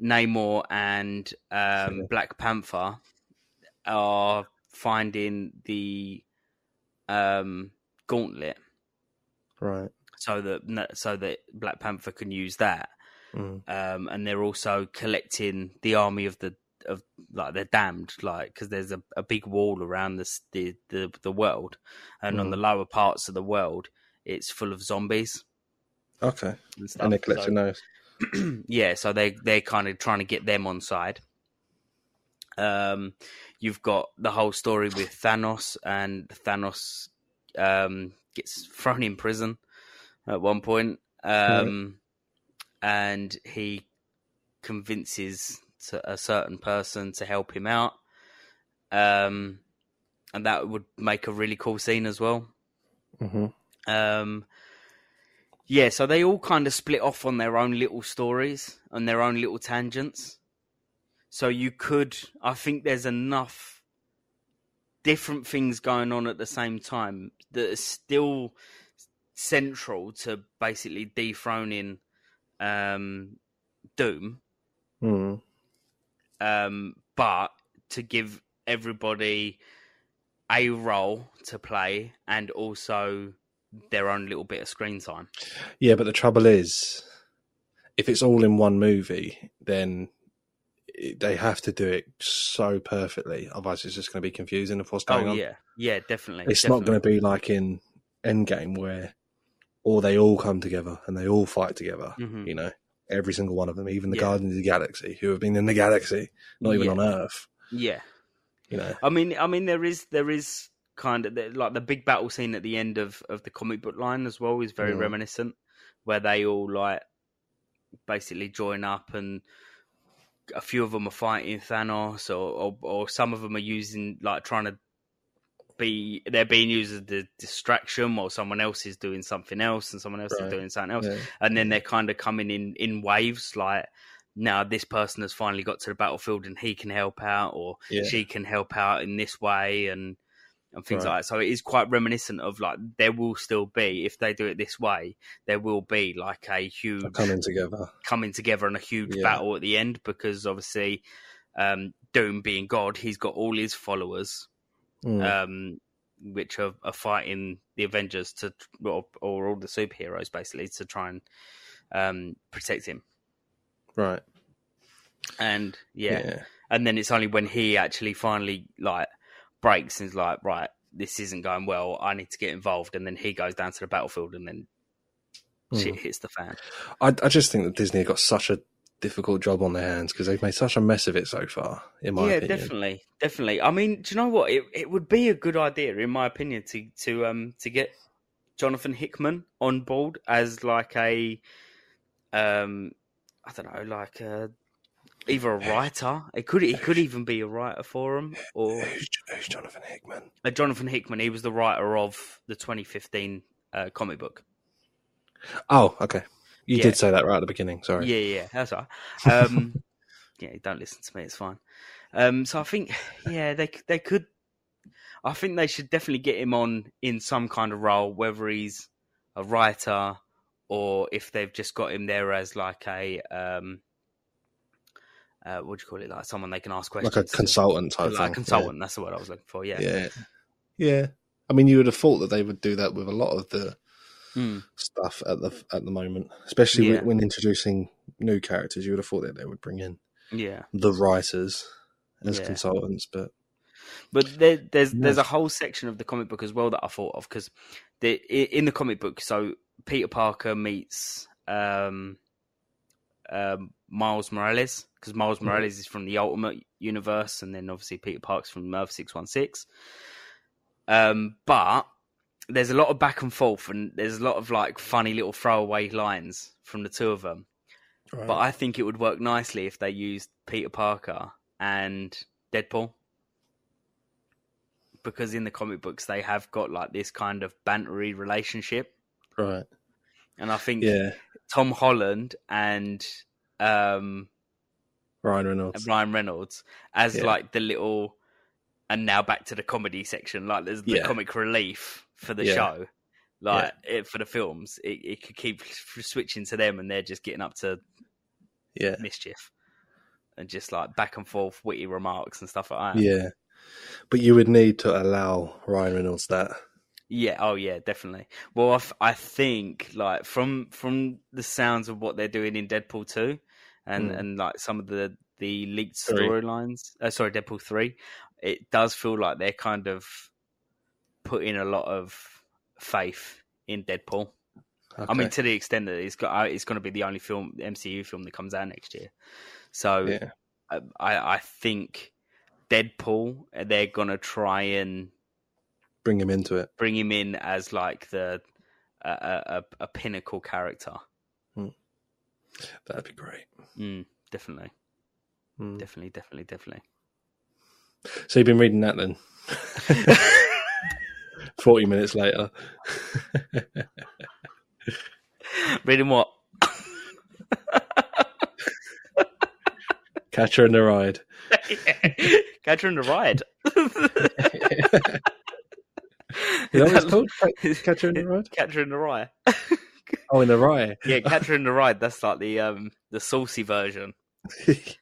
S1: Namor and um,
S2: Sure.
S1: Black Panther are finding the um, gauntlet
S2: right.
S1: so that so that Black Panther can use that
S2: Mm.
S1: um, and they're also collecting the army of the of like they're damned like because there's a, a big wall around this the the, the world and on
S2: Mm.
S1: the lower parts of the world it's full of zombies
S2: Okay,
S1: and stuff
S2: and they're
S1: So-
S2: collecting those.
S1: yeah, so they they're kind of trying to get them on side. Um, you've got the whole story with Thanos, and Thanos um, gets thrown in prison at one point, um, and he convinces to- a certain person to help him out, um, and that would make a really cool scene as well.
S2: Mm-hmm.
S1: Um, yeah, so they all kind of split off on their own little stories and their own little tangents. So you could, I think there's enough different things going on at the same time that are still central to basically dethroning um, Doom,
S2: Mm.
S1: um, but to give everybody a role to play and also their own little bit of screen time.
S2: Yeah, but the trouble is, if it's all in one movie, then it, they have to do it so perfectly. Otherwise, it's just going to be confusing of what's going
S1: oh
S2: on.
S1: yeah, yeah, definitely.
S2: It's not going to be like in Endgame where, or they all come together and they all fight together.
S1: Mhm.
S2: You know, every single one of them, even the
S1: Yeah.
S2: Guardians of the Galaxy, who have been in the galaxy, not even
S1: yeah.
S2: on Earth.
S1: Yeah,
S2: You know,
S1: I mean, I mean, there is there is kind of like the big battle scene at the end of of the comic book line as well is very
S2: Mm.
S1: reminiscent, where they all like basically join up and a few of them are fighting Thanos, or or, or some of them are using like trying to be they're being used as the distraction while someone else is doing something else and someone else
S2: Right.
S1: is doing something else
S2: yeah.
S1: and then they're kind of coming in in waves like now this person has finally got to the battlefield and he can help out or
S2: Yeah.
S1: she can help out in this way and and things
S2: Right.
S1: like that so it is quite reminiscent of like there will still be if they do it this way there will be like a huge
S2: They're coming together.
S1: coming together and a huge
S2: Yeah.
S1: battle at the end because obviously um doom being god he's got all his followers
S2: Mm.
S1: um, which are, are fighting the Avengers to, or, or all the superheroes basically to try and um, protect him.
S2: right.
S1: And yeah. and then it's only when he actually finally like breaks and is like, right, this isn't going well. I need to get involved. And then he goes down to the battlefield, and then
S2: Mm.
S1: shit hits the fan.
S2: I, I just think that Disney have got such a difficult job on their hands because they've made such a mess of it so far. In my
S1: yeah,
S2: opinion,
S1: definitely, definitely. I mean, do you know what? It it would be a good idea, in my opinion, to to um to get Jonathan Hickman on board as like a um I don't know, like a either a writer. It could it could even be a writer for him or
S2: Who's, who's Jonathan Hickman?
S1: uh, Jonathan Hickman. He was the writer of the 2015 uh, comic book.
S2: Oh, okay. You
S1: Yeah.
S2: did say that right at the beginning. Sorry.
S1: Yeah, yeah, that's all right. Um, yeah, don't listen to me. It's fine. Um, so I think, yeah, they c- they could. I think they should definitely get him on in some kind of role, whether he's a writer or if they've just got him there as like a um, uh, what do you call it? Like someone they can ask questions.
S2: like a
S1: to.
S2: consultant type
S1: Like a
S2: thing.
S1: consultant. That's the word I was looking for.
S2: Yeah.
S1: Yeah.
S2: yeah, yeah. I mean, you would have thought that they would do that with a lot of the
S1: Mm.
S2: stuff at the at the moment, especially
S1: Yeah.
S2: when introducing new characters. You would have thought that they would bring in
S1: Yeah.
S2: the writers as
S1: Yeah.
S2: consultants, but
S1: But there, there's there's a
S2: Yes.
S1: whole section of the comic book as well that I thought of because in the comic book, so Peter Parker meets um, um, Miles Morales because Miles
S2: Mhm.
S1: Morales is from the Ultimate Universe, and then obviously Peter Parker's from Earth Six One Six. Um, but there's a lot of back and forth, and there's a lot of like funny little throwaway lines from the two of them.
S2: Right.
S1: But I think it would work nicely if they used Peter Parker and Deadpool. Because in the comic books, they have got like this kind of bantery relationship.
S2: right.
S1: And I think
S2: Yeah.
S1: Tom Holland and um,
S2: Ryan Reynolds.
S1: Ryan Reynolds as
S2: Yeah.
S1: like the little. And now back to the comedy section. Like there's the
S2: Yeah.
S1: comic relief for the
S2: Yeah.
S1: show. Like it, for the films, it, it could keep switching to them, and they're just getting up to
S2: Yeah.
S1: mischief and just like back and forth witty remarks and stuff like that.
S2: Yeah. But you would need to allow Ryan Reynolds that.
S1: Yeah, Oh yeah. Definitely. Well, I, f- I think like from from the sounds of what they're doing in Deadpool two, and
S2: Hmm.
S1: and like some of the the leaked
S2: Three.
S1: storylines. Uh, sorry, Deadpool three. It does feel like they're kind of putting a lot of faith in Deadpool. I mean,
S2: Okay.
S1: to the extent that it's got, uh, it's going to be the only film MCU film that comes out next year. So
S2: yeah.
S1: I I think Deadpool uh, they're gonna try and
S2: Bring him into it.
S1: bring him in as like the a a, a- a pinnacle character.
S2: That'd be great.
S1: Mm, definitely,
S2: Mm.
S1: definitely, definitely, definitely.
S2: So you've been reading that then? 40 minutes later.
S1: Reading what?
S2: Catcher in the Ride.
S1: Catcher in the ride.
S2: You know what it's called? Catcher in the Ride?
S1: Catcher in the rye.
S2: Oh, in the Rye.
S1: Yeah, Catcher in the ride. That's like the um the saucy version,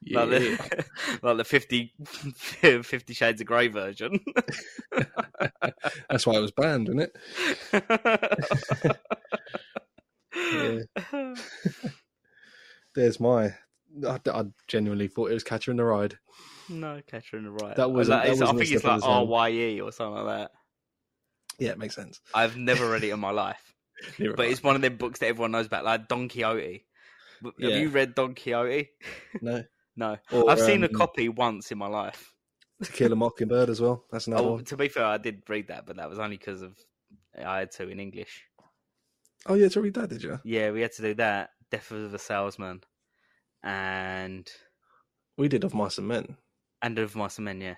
S2: Yeah.
S1: like the like the 50, 50 Shades of Grey version.
S2: That's why it was banned, wasn't it? There's my. I, I genuinely thought it was Catcher in the Ride.
S1: No, Catcher in the Rye.
S2: That wasn't-
S1: Like,
S2: that
S1: it's- I
S2: wasn't
S1: think
S2: a
S1: it's
S2: slip
S1: like
S2: of the tongue.
S1: RYE or something like that.
S2: Yeah, it makes sense.
S1: I've never read it in my life, but it's one of them books that everyone knows about, like Don Quixote. Have
S2: Yeah.
S1: you read Don Quixote?
S2: no.
S1: No,
S2: Or,
S1: I've seen a
S2: um,
S1: copy once in my life.
S2: To Kill a Mockingbird as well. That's another
S1: Oh,
S2: one.
S1: to be fair, I did read that, but that was only because of I had to in English.
S2: Oh, yeah, to read that, did you?
S1: Yeah, we had to do that. Death of a Salesman, and
S2: We did Of Mice and Men.
S1: and of Mice and Men. Yeah,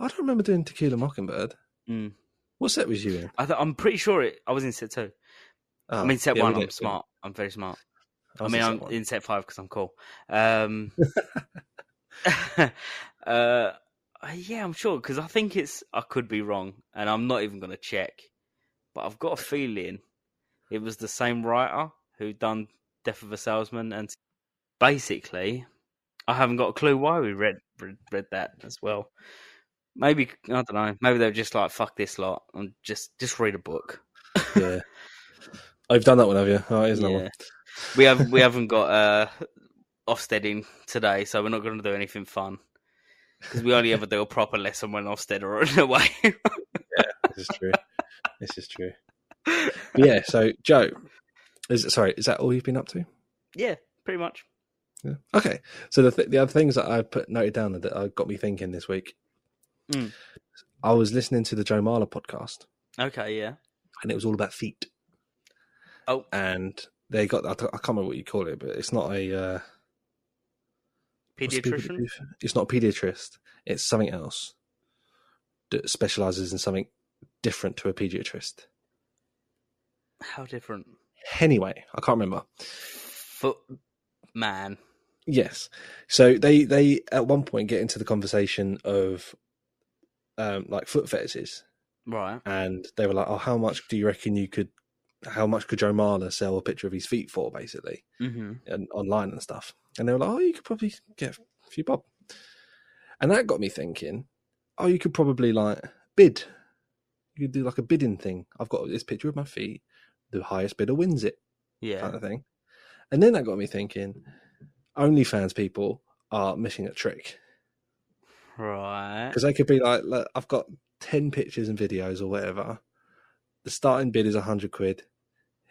S2: I don't remember doing Tequila Mockingbird.
S1: Mm.
S2: What set was you in?
S1: I th- I'm pretty sure it. I was in set two.
S2: Oh,
S1: I mean, set
S2: yeah, we
S1: one.
S2: did
S1: I'm
S2: it.
S1: smart. I'm very smart. I
S2: was
S1: mean,
S2: in
S1: I'm
S2: set one.
S1: in set five because I'm cool. Um, uh, yeah, I'm sure because I think it's. I could be wrong, and I'm not even going to check. But I've got a feeling it was the same writer who done Death of a Salesman, and basically, I haven't got a clue why we read read, read that as well. Maybe I don't know. Maybe they were just like, "Fuck this lot," and just just read a book.
S2: yeah. I've done that one, have you? Oh, here's another
S1: Yeah.
S2: one.
S1: we have we haven't got uh Ofsted in today, so we're not going to do anything fun because we only ever do a proper lesson when Ofsted are away.
S2: This is true. this is true. But yeah. So, Joe, is sorry, is that all you've been up to?
S1: yeah, pretty much.
S2: Yeah. Okay. So the th- the other things that I put noted down that uh, got me thinking this week.
S1: Mm.
S2: I was listening to the Joe Marler podcast,
S1: Okay, yeah.
S2: and it was all about feet.
S1: Oh.
S2: and they got I, t- I can't remember what you call it, but it's not a uh, what's the people that
S1: Pediatrician.
S2: do- It's not a pediatrist. It's something else that specializes in something different to a pediatrist.
S1: How different?
S2: Anyway, I can't remember.
S1: Foot man.
S2: Yes. So they they at one point get into the conversation of um like foot fetishes
S1: Right.
S2: and they were like, Oh, how much do you reckon you could how much could Joe Marler sell a picture of his feet for basically?
S1: Mm-hmm.
S2: and online and stuff. And they were like, oh, you could probably get a few bob. And that got me thinking, oh, you could probably like bid. You could do like a bidding thing. I've got this picture of my feet. The highest bidder wins it,
S1: Yeah.
S2: kind of thing. And then that got me thinking, OnlyFans people are missing a trick
S1: Right.
S2: because they could be like, look, I've got 10 pictures and videos or whatever. The starting bid is 100 quid.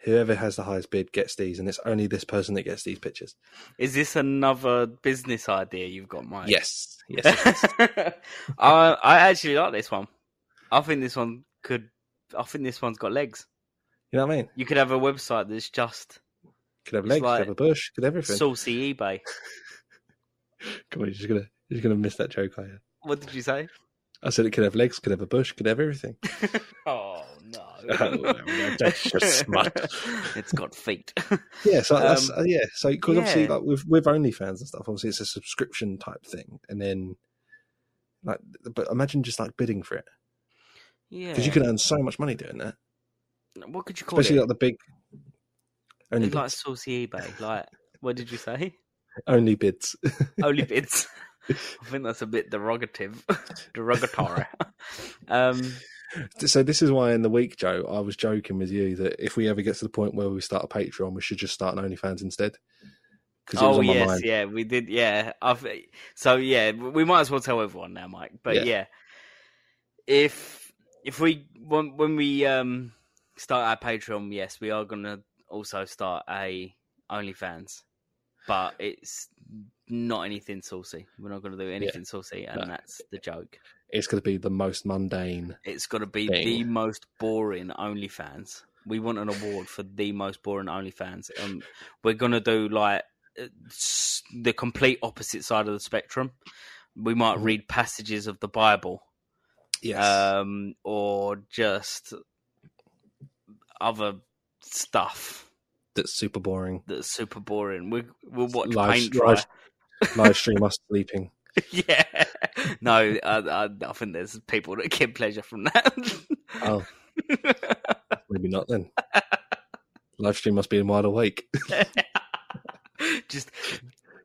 S2: Whoever has the highest bid gets these, and it's only this person that gets these pictures.
S1: Is this another business idea you've got, Mike?
S2: Yes. Yes. yes, yes.
S1: I I actually like this one. I think this one could I think this one's got legs.
S2: You know what I mean?
S1: You could have a website that's just
S2: Could have
S1: It's
S2: legs,
S1: like-
S2: could have a bush, could have everything.
S1: saucy eBay.
S2: Come on, you're just gonna you're just gonna miss that joke, are you?
S1: What did you say?
S2: I said it could have legs, could have a bush, could have everything.
S1: Oh no!
S2: That's just smut.
S1: It's got feet.
S2: Yeah, so that's
S1: Um,
S2: uh, yeah, so because obviously
S1: yeah.
S2: like with with OnlyFans and stuff, obviously it's a subscription type thing, and then like, but imagine just like bidding for it
S1: yeah.
S2: because you can earn so much money doing that,
S1: What could you call
S2: especially
S1: it?
S2: like the big only
S1: It's like
S2: bids,
S1: saucy eBay. Like what did you say?
S2: only bids.
S1: Only bids. I think that's a bit derogative, derogatory. um,
S2: so this is why in the week, Joe, I was joking with you that if we ever get to the point where we start a Patreon, we should just start an OnlyFans instead. Because it was
S1: oh
S2: on my
S1: yes,
S2: mind.
S1: yeah, we did. Yeah, I've, so yeah, we might as well tell everyone now, Mike. But
S2: Yeah.
S1: yeah, if if we when when we um start our Patreon, yes, we are gonna also start a OnlyFans, but it's not anything saucy. We're not gonna do anything saucy, and
S2: No.
S1: that's the joke.
S2: It's going to be the most mundane.
S1: It's gotta be
S2: Thing.
S1: the most boring OnlyFans. We want an award for the most boring OnlyFans. Um, we're gonna do like uh, s- the complete opposite side of the spectrum. We might
S2: Mhm.
S1: read passages of the Bible,
S2: Yes.
S1: um, or just other stuff
S2: that's super boring.
S1: that's super boring. We we'll watch
S2: Live-
S1: paint dry.
S2: Live stream us sleeping.
S1: yeah, no, I, I, I think there's people that get pleasure from that.
S2: Oh, maybe not then. Live stream must be in wide awake.
S1: just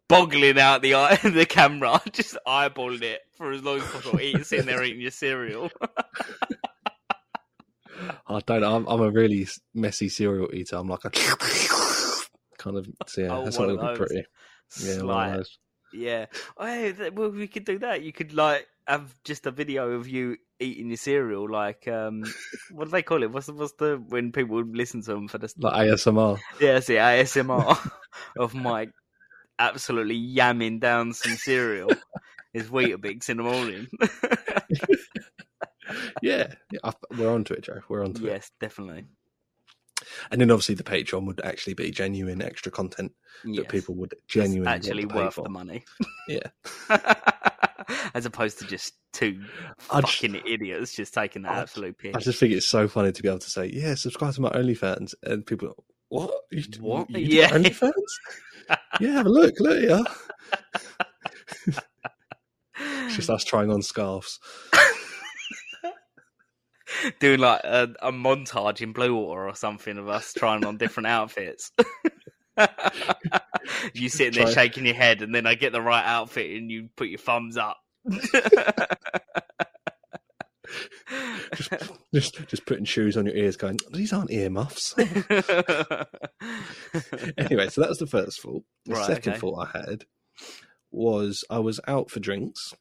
S1: boggling out the eye, the camera, just eyeballing it for as long as possible, eating, sitting there eating your cereal.
S2: I don't. I'm, I'm a really messy cereal eater. I'm like a kind of. So yeah,
S1: Oh,
S2: that's not
S1: one
S2: going
S1: of
S2: to be
S1: those.
S2: pretty. Yeah, one of
S1: Slight,
S2: those.
S1: yeah. Oh, hey, th- well, we could do that. You could like have just a video of you eating your cereal, like um, what do they call it? What's the, what's the when people would listen to them for the
S2: like ASMR.
S1: yeah, that's it, ASMR of Mike absolutely yamming down some cereal, his Weetabix in the morning.
S2: Yeah, yeah I, we're onto it, Joe. We're onto it.
S1: yes, definitely.
S2: And then obviously the Patreon would actually be genuine extra content that
S1: Yes.
S2: people would
S1: It's
S2: genuinely want
S1: actually
S2: to pay
S1: worth
S2: for.
S1: the money.
S2: Yeah.
S1: As opposed to just two
S2: I just-
S1: fucking idiots just taking the
S2: I-
S1: absolute piss.
S2: I just think it's so funny to be able to say, "Yeah, subscribe to my OnlyFans," and people, go, "What? You, d-
S1: What?
S2: You do
S1: Yeah.
S2: OnlyFans? yeah, have a look. Look, yeah." It's just us trying on scarves.
S1: Doing like a, a montage in Blue Water or something of us trying on different outfits. you sitting there
S2: Try-
S1: shaking your head, and then I get the right outfit, and you put your thumbs up.
S2: Just, just, just putting shoes on your ears, going, "These aren't earmuffs." anyway, so that was the first thought. The
S1: Right,
S2: second
S1: okay.
S2: thought I had was I was out for drinks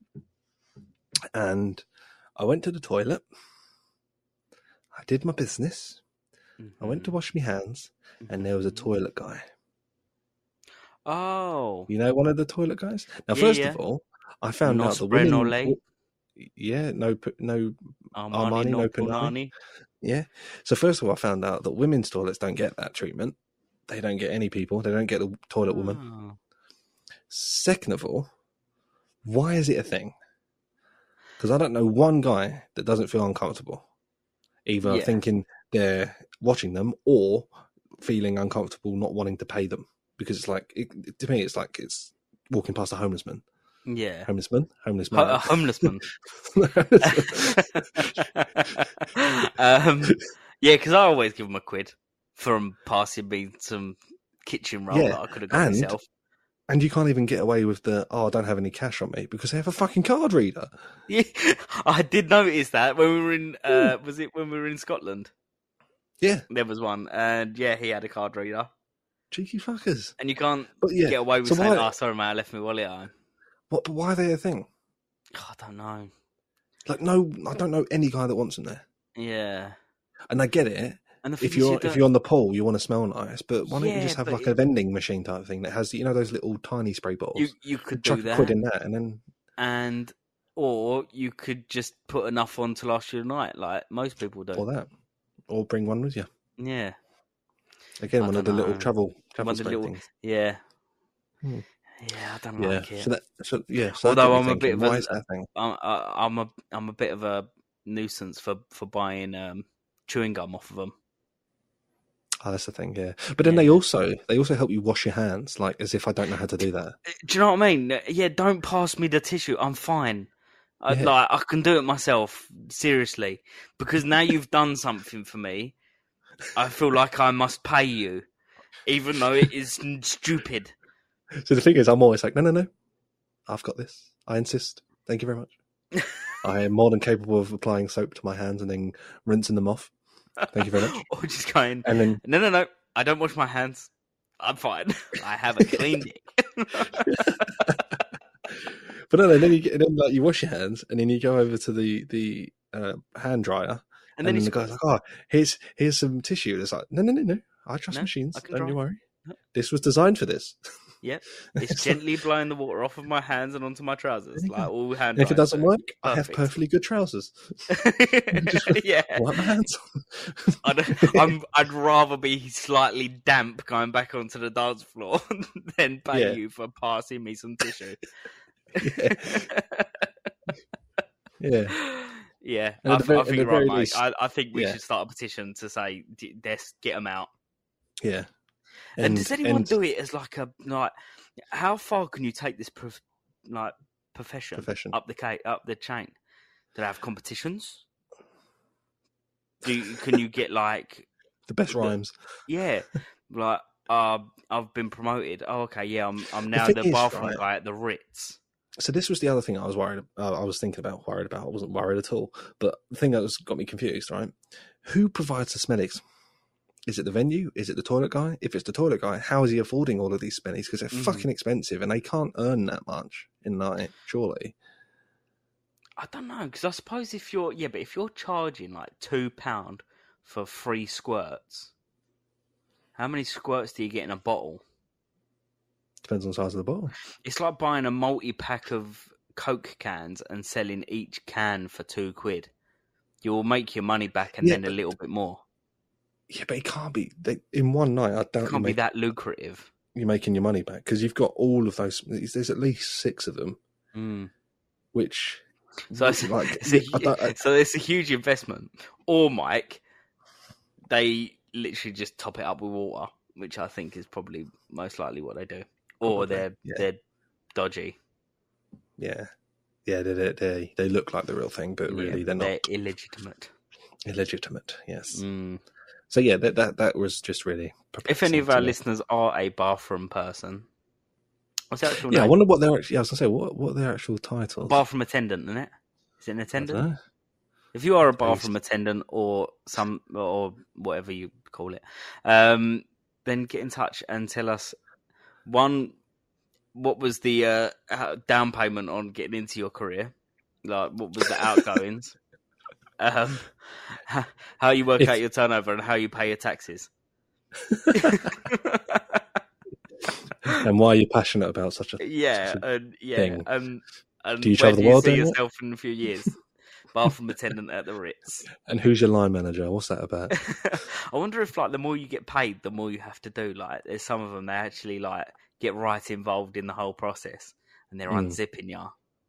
S2: and I went to the toilet. I did my business. I went
S1: Hmm.
S2: to wash my hands and there was a toilet guy.
S1: Oh,
S2: You know, one of the toilet guys? Now,
S1: Yeah,
S2: first
S1: yeah.
S2: of all, I found out the women.
S1: Nosferino
S2: yeah, no, p- no.
S1: Armani,
S2: Armani,
S1: no
S2: no Punani. So, first of all, I found out that women's toilets don't get that treatment. They don't get any people. They don't get the toilet woman.
S1: Oh.
S2: Second of all, why is it a thing? Because I don't know one guy that doesn't feel uncomfortable, either
S1: Yeah.
S2: thinking they're watching them or feeling uncomfortable not wanting to pay them. Because it's like it, to me, it's like it's walking past a homeless man,
S1: Yeah. Uh-uh.
S2: homeless man, homeless
S1: Ho- a
S2: man.
S1: homeless man.
S2: Homeless man.
S1: um, yeah, because I always give them a quid from passing me some kitchen roll
S2: Yeah,
S1: that I could have got
S2: and-
S1: myself.
S2: and you can't even get away with the oh, I don't have any cash on me because they have a fucking card reader.
S1: Yeah, I did notice that when we were in. Uh, was it when we were in Scotland?
S2: Hmm. Yeah,
S1: There was one, and yeah, he had a card reader,
S2: cheeky fuckers.
S1: and you can't
S2: But yeah,
S1: get away with
S2: so
S1: saying,
S2: why-
S1: "Oh, sorry, mate, I left my wallet at home."
S2: what? But why are they a thing?
S1: Oh, I don't know.
S2: Like, no, I don't know any guy that wants them there.
S1: Yeah,
S2: And I get it.
S1: and the thing
S2: if
S1: is,
S2: you're
S1: you
S2: if
S1: don't-
S2: you're on the pool, you want to smell nice, but why don't you
S1: Yeah,
S2: just have
S1: but
S2: like a vending machine type thing that has you know those little tiny spray bottles?
S1: you, you could
S2: chuck
S1: do
S2: a
S1: that.
S2: quid in that, and then
S1: and or you could just put enough on to last you the night, like most people do.
S2: or that. or bring one with you.
S1: Yeah.
S2: Again,
S1: I
S2: one of the
S1: don't
S2: little
S1: know.
S2: travel travel
S1: of the
S2: spray
S1: little-
S2: things.
S1: Yeah.
S2: Hmm.
S1: Yeah, I don't
S2: Yeah.
S1: like it.
S2: So that. So yeah. So
S1: Although
S2: I'm
S1: I'm a bit of a-
S2: why is that thing?
S1: I'm I- I'm a I'm a bit of a nuisance for for buying um chewing gum off of them.
S2: Oh, that's the thing. Yeah. But then
S1: Yeah.
S2: they also they also help you wash your hands, like as if I don't know how to do that.
S1: Do you know what I mean? Yeah, don't pass me the tissue. I'm fine. I,
S2: Yeah.
S1: Like I can do it myself. Seriously, because now you've done something for me, I feel like I must pay you, even though it is stupid.
S2: So the thing is, I'm always like, no, no, no. I've got this. I insist. Thank you very much. I am more than capable of applying soap to my hands and then rinsing them off. Thank you very much.
S1: or just going,
S2: And then
S1: no, no, no. I don't wash my hands. I'm fine. I haven't cleaned it.
S2: But no, no, then you get, then like you wash your hands, and then you go over to the the uh, hand dryer,
S1: And then,
S2: the
S1: he's
S2: guy's like, "Oh, here's here's some tissue." And it's like, "No, no, no, no, I trust
S1: No,
S2: machines.
S1: I can
S2: Don't you
S1: dry.
S2: worry.
S1: No.
S2: This was designed for this.
S1: Yep, it's
S2: It's like,
S1: gently blowing the water off of my hands and onto my trousers,
S2: There you
S1: like all hand.
S2: and if it
S1: dryers
S2: doesn't
S1: do.
S2: work, I have
S1: Perfect.
S2: perfectly good trousers. Just-
S1: yeah,
S2: Wipe my hands.
S1: I'd, I'm, I'd rather be slightly damp going back onto the dance floor than pay
S2: Yeah.
S1: you for passing me some tissue.
S2: yeah, yeah.
S1: yeah,
S2: And
S1: I,
S2: at the very-
S1: I think
S2: at the
S1: you're right,
S2: very
S1: mate.
S2: least-
S1: I, I think we
S2: yeah.
S1: should start a petition to say, "D- let's get them out.
S2: yeah.
S1: And, does anyone
S2: and
S1: do it as like a like? How far can you take this prof, like profession,
S2: Profession.
S1: up the ca- up the chain? Do they have competitions? Do you, can you get like
S2: the best
S1: the-
S2: rhymes?
S1: yeah, like uh, I've been promoted. Oh, okay, yeah, I'm I'm
S2: The
S1: now
S2: thing
S1: the
S2: is,
S1: bathroom
S2: right-
S1: guy at the Ritz.
S2: So this was the other thing I was worried. Uh, I was thinking about, worried about. I wasn't worried at all. But the thing that was got me confused, right? Who provides the smellies? Is it the venue? Is it the toilet guy? If it's the toilet guy, how is he affording all of these smellies? Because they're
S1: Mhm.
S2: fucking expensive and they can't earn that much in a night, surely.
S1: I don't know because I suppose if you're yeah, but if you're charging like two pound for three squirts, how many squirts do you get in a bottle?
S2: Depends on the size of the bottle.
S1: It's like buying a multi pack of Coke cans and selling each can for two quid. You'll make your money back and
S2: Yeah,
S1: then a little bit more.
S2: Yeah, but it can't be. They, in one night, I
S1: It
S2: doubt you
S1: can't be
S2: make,
S1: that lucrative.
S2: you're making your money back because you've got all of those. There's at least six of them,
S1: Mm.
S2: which
S1: So it's,
S2: like
S1: it's a,
S2: I don't- uh, I-
S1: hu- so it's a huge investment. Or Mike, they literally just top it up with water, which I think is probably most likely what they do. Or
S2: Probably,
S1: they're
S2: yeah.
S1: they're dodgy.
S2: yeah, yeah, they, they they they look like the real thing, but
S1: Yeah,
S2: really they're not
S1: illegitimate.
S2: illegitimate. Yes.
S1: Mm.
S2: So yeah, that that that was just really.
S1: If any
S2: perplexing
S1: of
S2: to
S1: our
S2: me.
S1: listeners are a bathroom person, what's the actual
S2: yeah, I
S1: name?
S2: wonder what their actually. Yeah, I was gonna say what what their actual titles.
S1: bathroom attendant, isn't it? Is it an
S2: I don't
S1: attendant?
S2: know.
S1: If you are a
S2: At least.
S1: bathroom attendant or some or whatever you call it, um, then get in touch and tell us one what was the uh, uh, down payment on getting into your career? Like what was the outgoings? um, h- how you work
S2: If-
S1: out your turnover and how you pay your taxes.
S2: And why are you passionate about such a?
S1: Yeah,
S2: Such
S1: and yeah,
S2: thing.
S1: and and
S2: Do you
S1: where
S2: travel the
S1: do you
S2: world
S1: see
S2: doing that?
S1: yourself in a few years? Bathroom attendant at the Ritz.
S2: And who's your line manager? What's that about?
S1: I wonder if like the more you get paid, the more you have to do. Like there's some of them they actually like get right involved in the whole process, and they're
S2: Mm.
S1: unzipping you,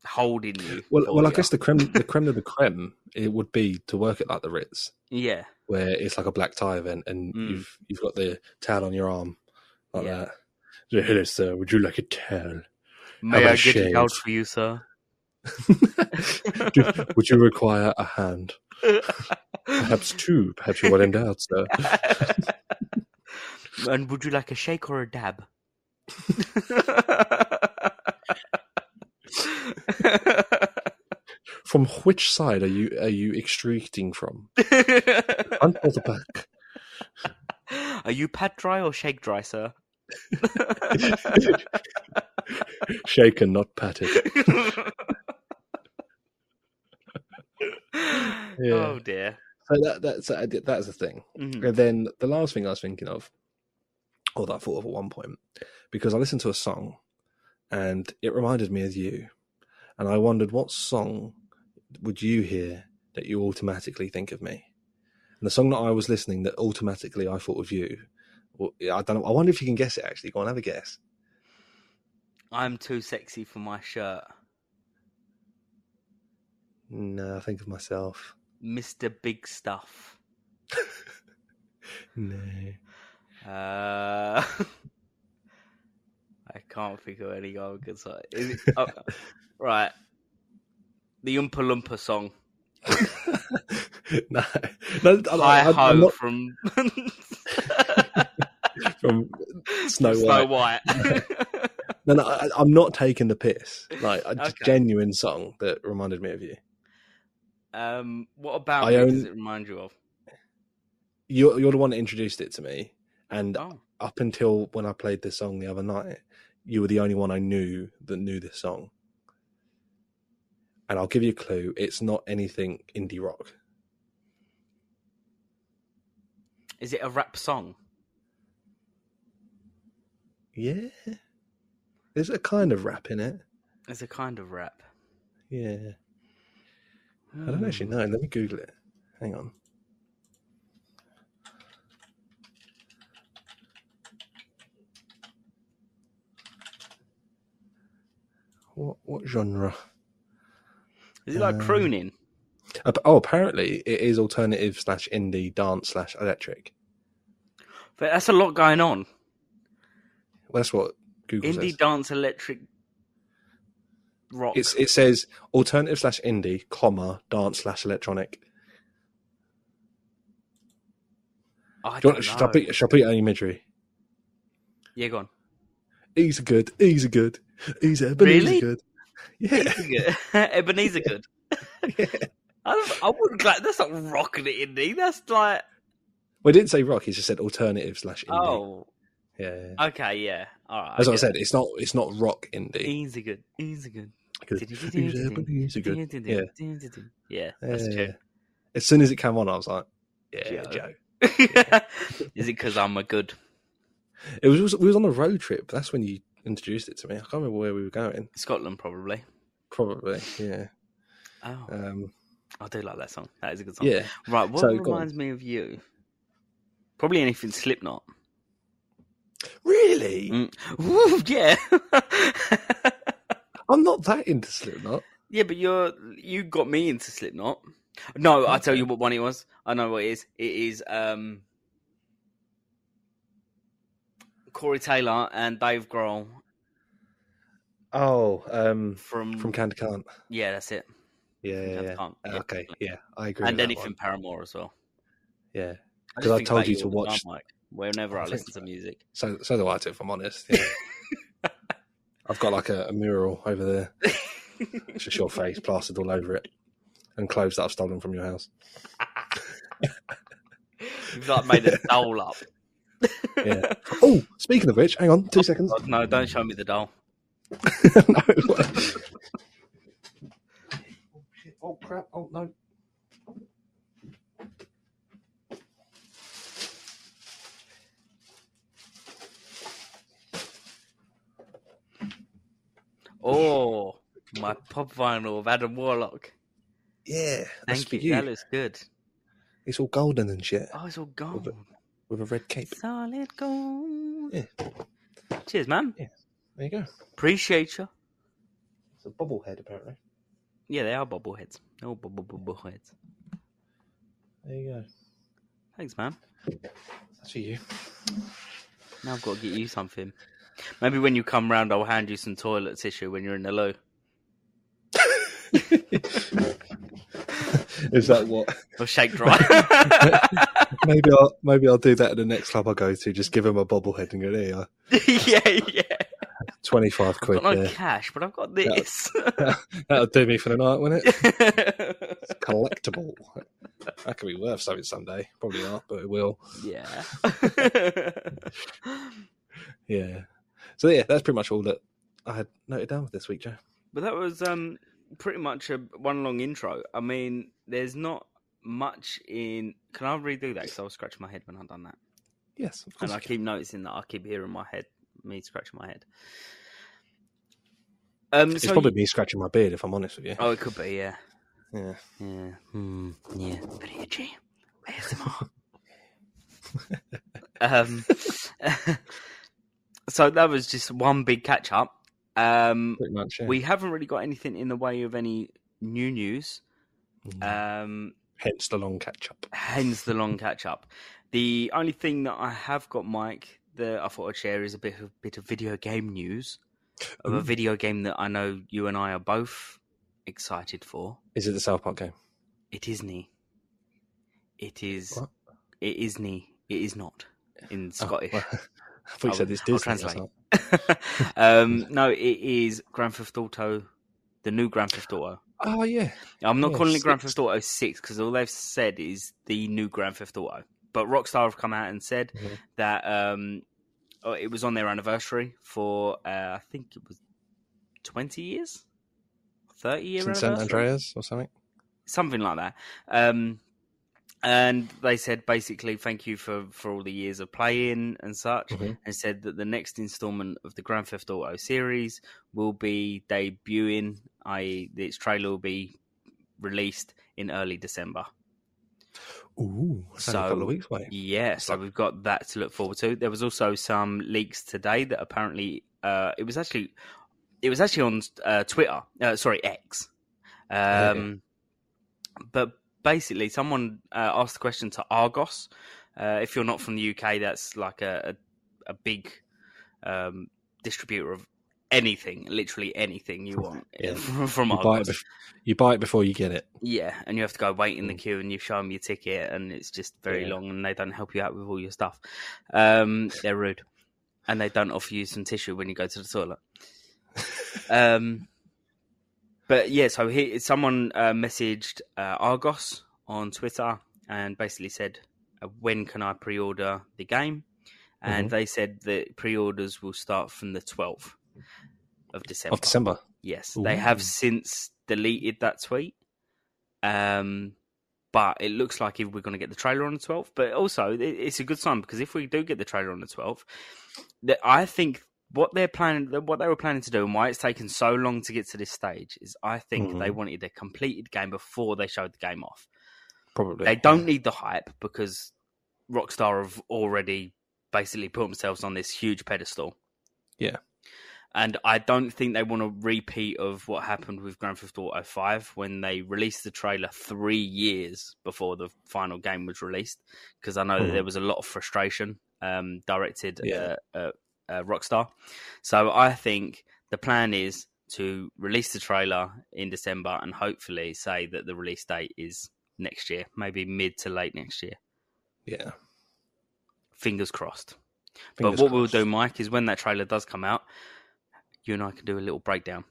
S1: holding you.
S2: Well,
S1: for
S2: well, I
S1: you.
S2: guess the creme the creme de la creme it would be to work at like the Ritz,
S1: yeah,
S2: where it's like a black tie event, and
S1: Mm.
S2: you've you've got the towel on your arm like
S1: Yeah.
S2: that. So, hello, sir. Would you like a towel?
S1: may
S2: about
S1: I
S2: a
S1: get it out
S2: shave?
S1: for you, sir?
S2: Do- would you require a hand? Perhaps two. Perhaps you're well endowed, sir.
S1: and would you like a shake or a dab?
S2: From which side are you are you extracting from? Front or the back?
S1: Are you pat dry or shake dry, sir?
S2: Shaken, not patted.
S1: Oh dear.
S2: So that, that's I did- that's the thing.
S1: Mhm.
S2: And then the last thing I was thinking of, or that I thought of at one point, because I listened to a song, and it reminded me of you, and I wondered what song would you hear that you automatically think of me, And the song that I was listening that automatically I thought of you. Well, yeah, I don't know. I wonder if you can guess it actually. Go on, have a guess.
S1: I'm too sexy for my shirt.
S2: No, I think of myself.
S1: Mr. Big Stuff.
S2: No.
S1: Uh, I can't think of any other good song. Is it, oh, right. The Oompa Loompa song.
S2: no. No, I,
S1: Hi
S2: I,
S1: Ho
S2: I'm not
S1: from
S2: from Snow White.
S1: Snow White.
S2: No, no, I, I'm not taking the piss. Like a
S1: Okay.
S2: genuine song that reminded me of you.
S1: um, what about
S2: I
S1: me
S2: own-
S1: does it remind you of?
S2: You're, you're the one that introduced it to me, and
S1: Oh,
S2: up until when I played this song the other night, you were the only one I knew that knew this song. And I'll give you a clue: it's not anything indie rock.
S1: is it a rap song?
S2: Yeah, there's a kind of rap in it.
S1: It's a kind of rap.
S2: Yeah, I don't actually
S1: Hmm.
S2: know. Let me Google it. Hang on. What what genre?
S1: Hmm. Is it like
S2: Um,
S1: crooning?
S2: Ap- Oh, apparently it is alternative slash indie dance slash electric.
S1: But that's a lot going on.
S2: Well, that's what Google
S1: Indie
S2: says.
S1: dance, electric rock.
S2: It's it says alternative slash indie, comma dance slash electronic.
S1: I
S2: Do you
S1: don't
S2: want, should,
S1: know.
S2: I put, should I put it on imagery?
S1: Yeah, go on.
S2: Easy good, easy good, easy, but
S1: Really?
S2: easy good. Yeah,
S1: Ebenezer. Ebenezer good.
S2: yeah.
S1: I, don't, I wouldn't like that's not rocking it indie. That's like
S2: Well, it didn't say rock. It just said alternative slash indie.
S1: oh
S2: yeah. yeah.
S1: okay yeah all right.
S2: As I
S1: get
S2: said,
S1: it.
S2: it's not it's not rock indie.
S1: easy good, easy good.
S2: Good. Easy, but easy good.
S1: Yeah, yeah, that's
S2: Yeah.
S1: true.
S2: As soon as it came on, I was like, "Yeah,
S1: Joe.
S2: Joe."
S1: Is it because I'm a good?
S2: It was, we was on a road trip. That's when you introduced it to me. I can't remember where we were going.
S1: Scotland probably.
S2: Probably, yeah.
S1: Oh,
S2: Um,
S1: I do like that song. That is a good song.
S2: yeah.
S1: Right, what
S2: So, go on.
S1: reminds me of you? Probably anything Slipknot.
S2: Really?
S1: Mm. Ooh, yeah.
S2: I'm not that into Slipknot.
S1: yeah, but you're you got me into Slipknot. No, I'll tell you what one it was. I know what it is. It is um Corey Taylor and Dave Grohl
S2: Oh, um,
S1: from,
S2: from Candy Can't.
S1: Yeah, that's it.
S2: Yeah,
S1: From
S2: yeah,
S1: Candy
S2: yeah.
S1: Can't.
S2: Uh,
S1: Yeah.
S2: Okay, yeah, I agree.
S1: And
S2: with that
S1: anything
S2: one.
S1: Paramore as well.
S2: Yeah.
S1: I
S2: 'Cause
S1: just
S2: I've
S1: think
S2: told
S1: about
S2: you to
S1: all the time,
S2: watch-
S1: Mike, whenever
S2: I
S1: I
S2: think
S1: listen
S2: so.
S1: to music.
S2: So, so do I, if I'm honest. Yeah. I've got like a, a mural over there. It's just your face plastered all over it, and clothes that I've stolen from your house.
S1: You've like made a doll up.
S2: Yeah. oh, speaking of which, hang on, two seconds.
S1: God, Oh, no, don't show me the doll.
S2: no. oh, shit. oh crap! Oh no!
S1: Oh, my pop vinyl of Adam Warlock.
S2: Yeah, that's
S1: Thank
S2: for
S1: you.
S2: you.
S1: That looks good.
S2: It's all golden and shit
S1: Oh, it's all gold.
S2: with a red cape.
S1: Solid gold.
S2: Yeah.
S1: Cheers, man.
S2: There you go.
S1: Appreciate you.
S2: It's a bobblehead, apparently.
S1: Yeah, they are bobbleheads. They're all bubble bobbleheads.
S2: There you go.
S1: Thanks, man.
S2: That's for you.
S1: Now I've got to get you something. Maybe when you come round, I'll hand you some toilet tissue when you're in the loo.
S2: Is that what?
S1: Or shake dry.
S2: maybe I'll maybe I'll do that at the next club I go to. Just give him a bobblehead and go there. You are.
S1: yeah, yeah.
S2: Twenty five quid.
S1: I've got no
S2: yeah.
S1: cash, but I've got this.
S2: That'll do me for the night, won't it? It's collectible. that could be worth something someday. Probably not, but it will.
S1: yeah.
S2: Yeah. So yeah, that's pretty much all that I had noted down for this week, Joe.
S1: but that was um pretty much a one long intro. I mean, there's not much in. Can I redo that? Because I was scratching my head when I've done that,
S2: Yes, of course.
S1: and I
S2: you can.
S1: keep noticing that I keep hearing my head, me scratching my head. Um,
S2: It's
S1: so
S2: probably
S1: you- Uh,
S2: me scratching my beard, if I'm honest with you.
S1: oh, it could be yeah,
S2: Yeah.
S1: yeah, Hmm, yeah, pretty itchy. ASMR. um, so that was just one big catch up. Um,
S2: Pretty much. Yeah.
S1: we haven't really got anything in the way of any new news. Um,
S2: Mm. Hence the long catch up.
S1: hence the long catch up. The only thing that I have got, Mike, that I thought I'd share is a bit of bit of video game news of a
S2: Ooh.
S1: video game that I know you and I are both excited for.
S2: Is it the South Park game?
S1: It is knee. It is.
S2: What?
S1: It is knee. It is not in
S2: Oh,
S1: Scottish.
S2: well, I thought you
S1: I'll-
S2: said it's
S1: I'll
S2: Disney. or
S1: translate.
S2: something.
S1: um, no, it is Grand Theft Auto, the new Grand Theft Auto.
S2: Oh yeah.
S1: I'm not
S2: Yeah,
S1: calling it Grand
S2: six.
S1: Theft Auto 6 because all they've said is the new Grand Theft Auto. But Rockstar have come out and said
S2: Mhm.
S1: that um, oh, it was on their anniversary for, uh, I think it was 20 years? 30 year
S2: Since San
S1: anniversary?
S2: Andreas or something.
S1: something like that. Um, and they said basically, thank you for, for all the years of playing and such,
S2: Mhm.
S1: and said that the next installment of the Grand Theft Auto series will be debuting, i.e., its trailer will be released in early December.
S2: Ooh. That's only a couple
S1: So-
S2: of weeks away.
S1: Yeah, so we've got that to look forward to. There was also some leaks today that apparently uh, it was actually it was actually on uh, Twitter, uh, sorry X, um, but basically someone uh, asked the question to Argos. Uh, if you're not from the UK, that's like a a, a big um, distributor of anything, literally anything you want
S2: Yeah.
S1: from, from
S2: You buy,
S1: Argos.
S2: it bef- you buy it before you get it.
S1: Yeah, and you have to go wait in the
S2: Mm.
S1: queue, and you show them your ticket, and it's just very
S2: Yeah.
S1: long, and they don't help you out with all your stuff. Um, they're rude, and they don't offer you some tissue when you go to the toilet. um, but yeah, so he, someone uh, messaged uh, Argos on Twitter and basically said, uh, "When can I pre-order the game?" And
S2: Mhm.
S1: they said that pre-orders will start from the twelfth of December.
S2: Of December.
S1: Yes, they
S2: Ooh.
S1: have since deleted that tweet. Um, but it looks like if we're going to get the trailer on the twelfth, but also it, it's a good sign because if we do get the trailer on the twelfth, that I think what they're planning, that what they were planning to do, and why it's taken so long to get to this stage is, I think they
S2: Mhm.
S1: wanted a completed game before they showed the game off.
S2: Probably.
S1: They don't need the hype because Rockstar have already basically put themselves on this huge pedestal.
S2: Yeah.
S1: And I don't think they want a repeat of what happened with Grand Theft Auto 5 when they released the trailer three years before the final game was released. Because I know that
S2: Mhm.
S1: there was a lot of frustration um, directed
S2: Yeah.
S1: uh, uh, uh, Rockstar. So I think the plan is to release the trailer in December and hopefully say that the release date is next year, maybe mid to late next year.
S2: Yeah.
S1: Fingers crossed.
S2: Fingers
S1: but what
S2: crossed.
S1: we'll do, Mike, is when that trailer does come out, you and I can do a little breakdown.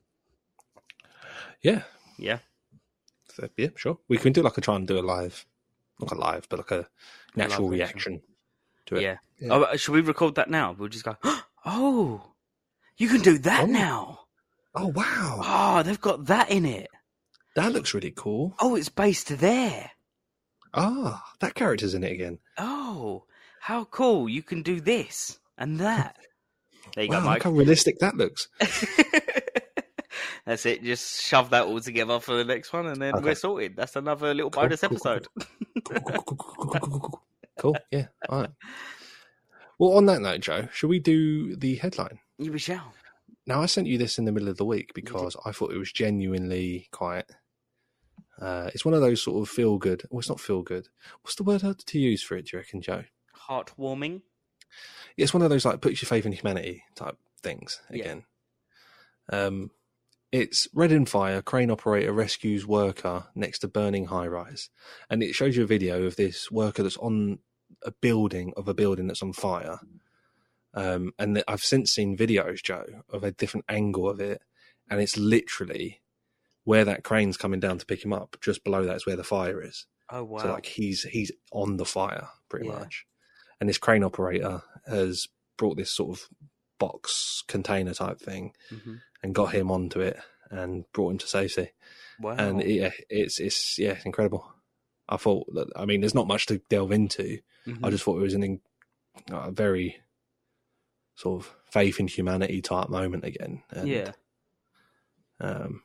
S2: Yeah.
S1: Yeah.
S2: So, yeah, sure. We can do like a try and do a live, not a live, but like a an
S1: Live
S2: actual
S1: reaction.
S2: reaction. to it.
S1: Yeah.
S2: Yeah.
S1: Oh, should we record that now? We'll just go, oh, you can do that
S2: Oh.
S1: now.
S2: Oh wow,
S1: Oh, they've got that in it.
S2: that looks really cool.
S1: Oh, it's based there.
S2: Ah, that character's in it again.
S1: Oh, how cool. You can do this and that. There you
S2: Wow,
S1: go,
S2: look
S1: Mike.
S2: how realistic that looks.
S1: That's it. Just shove that all together for the next one, and then
S2: Okay.
S1: we're sorted. That's another little
S2: Cool,
S1: bonus
S2: cool, cool,
S1: episode.
S2: Cool, cool, cool, cool, cool, cool, cool. Cool, Yeah. All right. Well, on that note, Joe, shall we do the headline?
S1: Yeah, we shall.
S2: Now, I sent you this in the middle of the week
S1: did.
S2: because I thought it was genuinely quiet. Uh, it's one of those sort of feel good. Well, it's not feel good. What's the word to use for it? Do you reckon, Joe?
S1: Heartwarming.
S2: it's one of those like puts your faith in humanity type things
S1: Yeah.
S2: again. Um, it's red in fire. Crane operator rescues worker next to burning high rise, and it shows you a video of this worker that's on a building of a building that's on fire. Um, and th- I've since seen videos, Joe, of a different angle of it, and it's literally where that crane's coming down to pick him up. Just below that is where the fire is.
S1: Oh wow!
S2: So like he's he's on the fire pretty
S1: Yeah.
S2: much. And this crane operator has brought this sort of box container type thing
S1: Mhm.
S2: and got him onto it and brought him to safety.
S1: Wow.
S2: And it- yeah, it's it's yeah, it's incredible. I thought that I mean there's not much to delve into.
S1: Mhm.
S2: I just thought it was an in, a very sort of faith in humanity type moment again. And,
S1: yeah.
S2: Um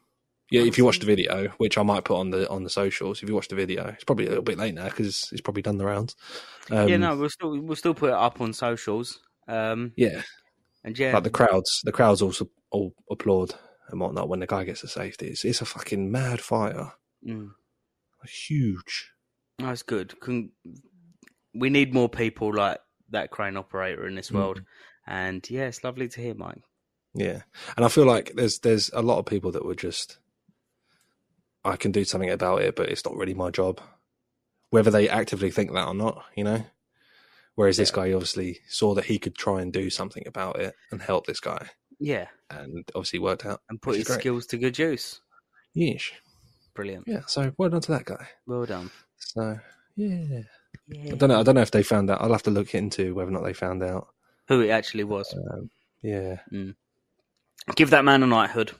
S2: Yeah, if you watch the video, which I might put on the on the socials, if you watch the video, it's probably a little bit late now because it's probably done the rounds. Um,
S1: yeah, no, we'll still we'll still put it up on socials. Um,
S2: yeah,
S1: and yeah,
S2: like the crowds, the crowds also all applaud and whatnot when the guy gets a safety. It's, it's a fucking mad fire,
S1: mm,
S2: huge.
S1: that's good. Con- we need more people like that crane operator in this
S2: Mm.
S1: world. And yeah, it's lovely to hear, Mike.
S2: Yeah, and I feel like there's there's a lot of people that were just, I can do something about it, but it's not really my job, whether they actively think that or not, you know. Whereas this guy obviously saw that he could try and do something about it and help this guy,
S1: Yeah,
S2: and obviously worked out.
S1: and put
S2: Which is
S1: his
S2: great.
S1: skills to good use.
S2: Yeesh.
S1: Brilliant.
S2: Yeah. So well done to that guy.
S1: Well done.
S2: So yeah,
S1: Yeah.
S2: I don't know. I don't know if they found out. I'll have to look into whether or not they found out.
S1: Who it actually was.
S2: Um, yeah.
S1: Give that man a knighthood.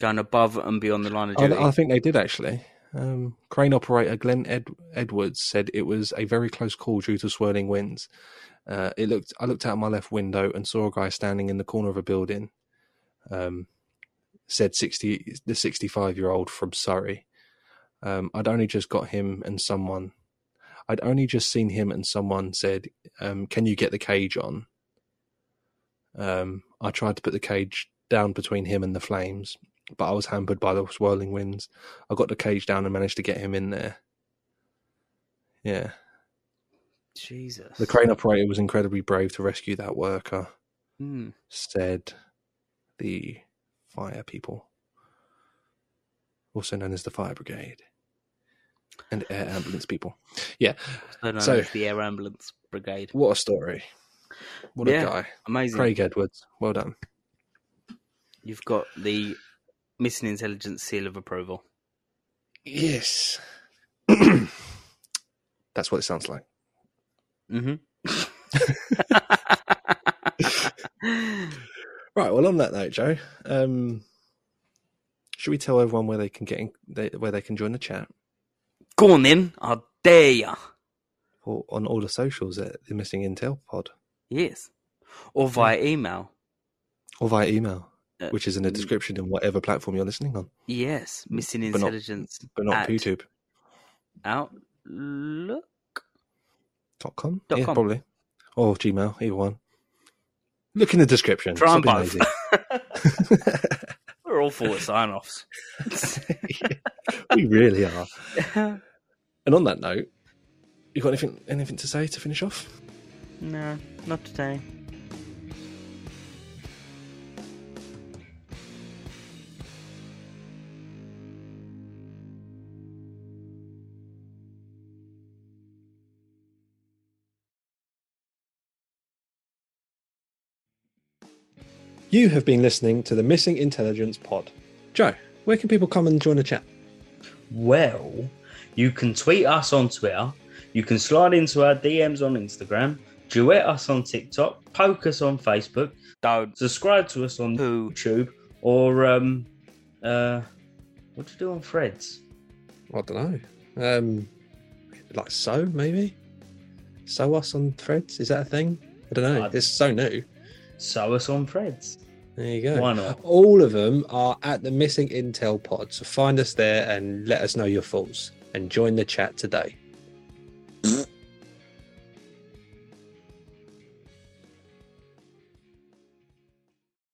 S1: Going above and beyond the line of duty.
S2: I, I think they did actually. Um, crane operator Glenn Ed- Edwards said it was a very close call due to swirling winds. Uh, it looked. I looked out my left window and saw a guy standing in the corner of a building. Um, said sixty, the sixty-five-year-old from Surrey. Um, I'd only just got him and someone. I'd only just seen him and someone said, um, "Can you get the cage on?" Um, I tried to put the cage down between him and the flames, but I was hampered by the swirling winds. I got the cage down and managed to get him in there. Yeah.
S1: Jesus.
S2: The crane operator was incredibly brave to rescue that worker,
S1: Hmm.
S2: said the fire people, also known as the fire brigade and air ambulance people.
S1: So known
S2: So-
S1: as the air ambulance brigade.
S2: What a story. What a
S1: Yeah.
S2: guy.
S1: Amazing.
S2: Craig Edwards. Well done.
S1: You've got the missing intelligence seal of approval.
S2: Yes. That's what it sounds like.
S1: Mm-hmm.
S2: Right. Well, on that note, Joe, um, should we tell everyone where they can get in, they, where they can join the chat
S1: Go on then. I dare ya.
S2: or on all the socials at the Missing Intel Pod
S1: Yes. Or via email.
S2: or via email,
S1: Uh,
S2: which is in the
S1: mm.
S2: description in whatever platform you're listening on,
S1: Yes. Missing
S2: But not-
S1: intelligence
S2: but not
S1: At-
S2: YouTube
S1: outlook.
S2: dot com.
S1: Dot
S2: yeah,
S1: com.
S2: probably or Gmail, either one. Look in the description.
S1: Try and
S2: Stop being
S1: We're all for sign offs.
S2: lazy. we really are. And on that note, you got anything anything to say to finish off?
S1: no, not today.
S2: You have been listening to the Missing Intelligence Pod. Joe, where can people come and join the chat?
S1: Well, you can tweet us on Twitter. You can slide into our DMs on Instagram. Duet us on TikTok. Poke us on Facebook. Don't subscribe to us on YouTube or um, uh, what do you do on Threads?
S2: I don't know. Um, like so, maybe. So us on threads is that a thing? I don't know.
S1: Uh,
S2: it's so new.
S1: Sew us on Threads.
S2: There you go.
S1: Why not?
S2: All of them are at the missing intel pod. So find us there and let us know your thoughts and join the chat today.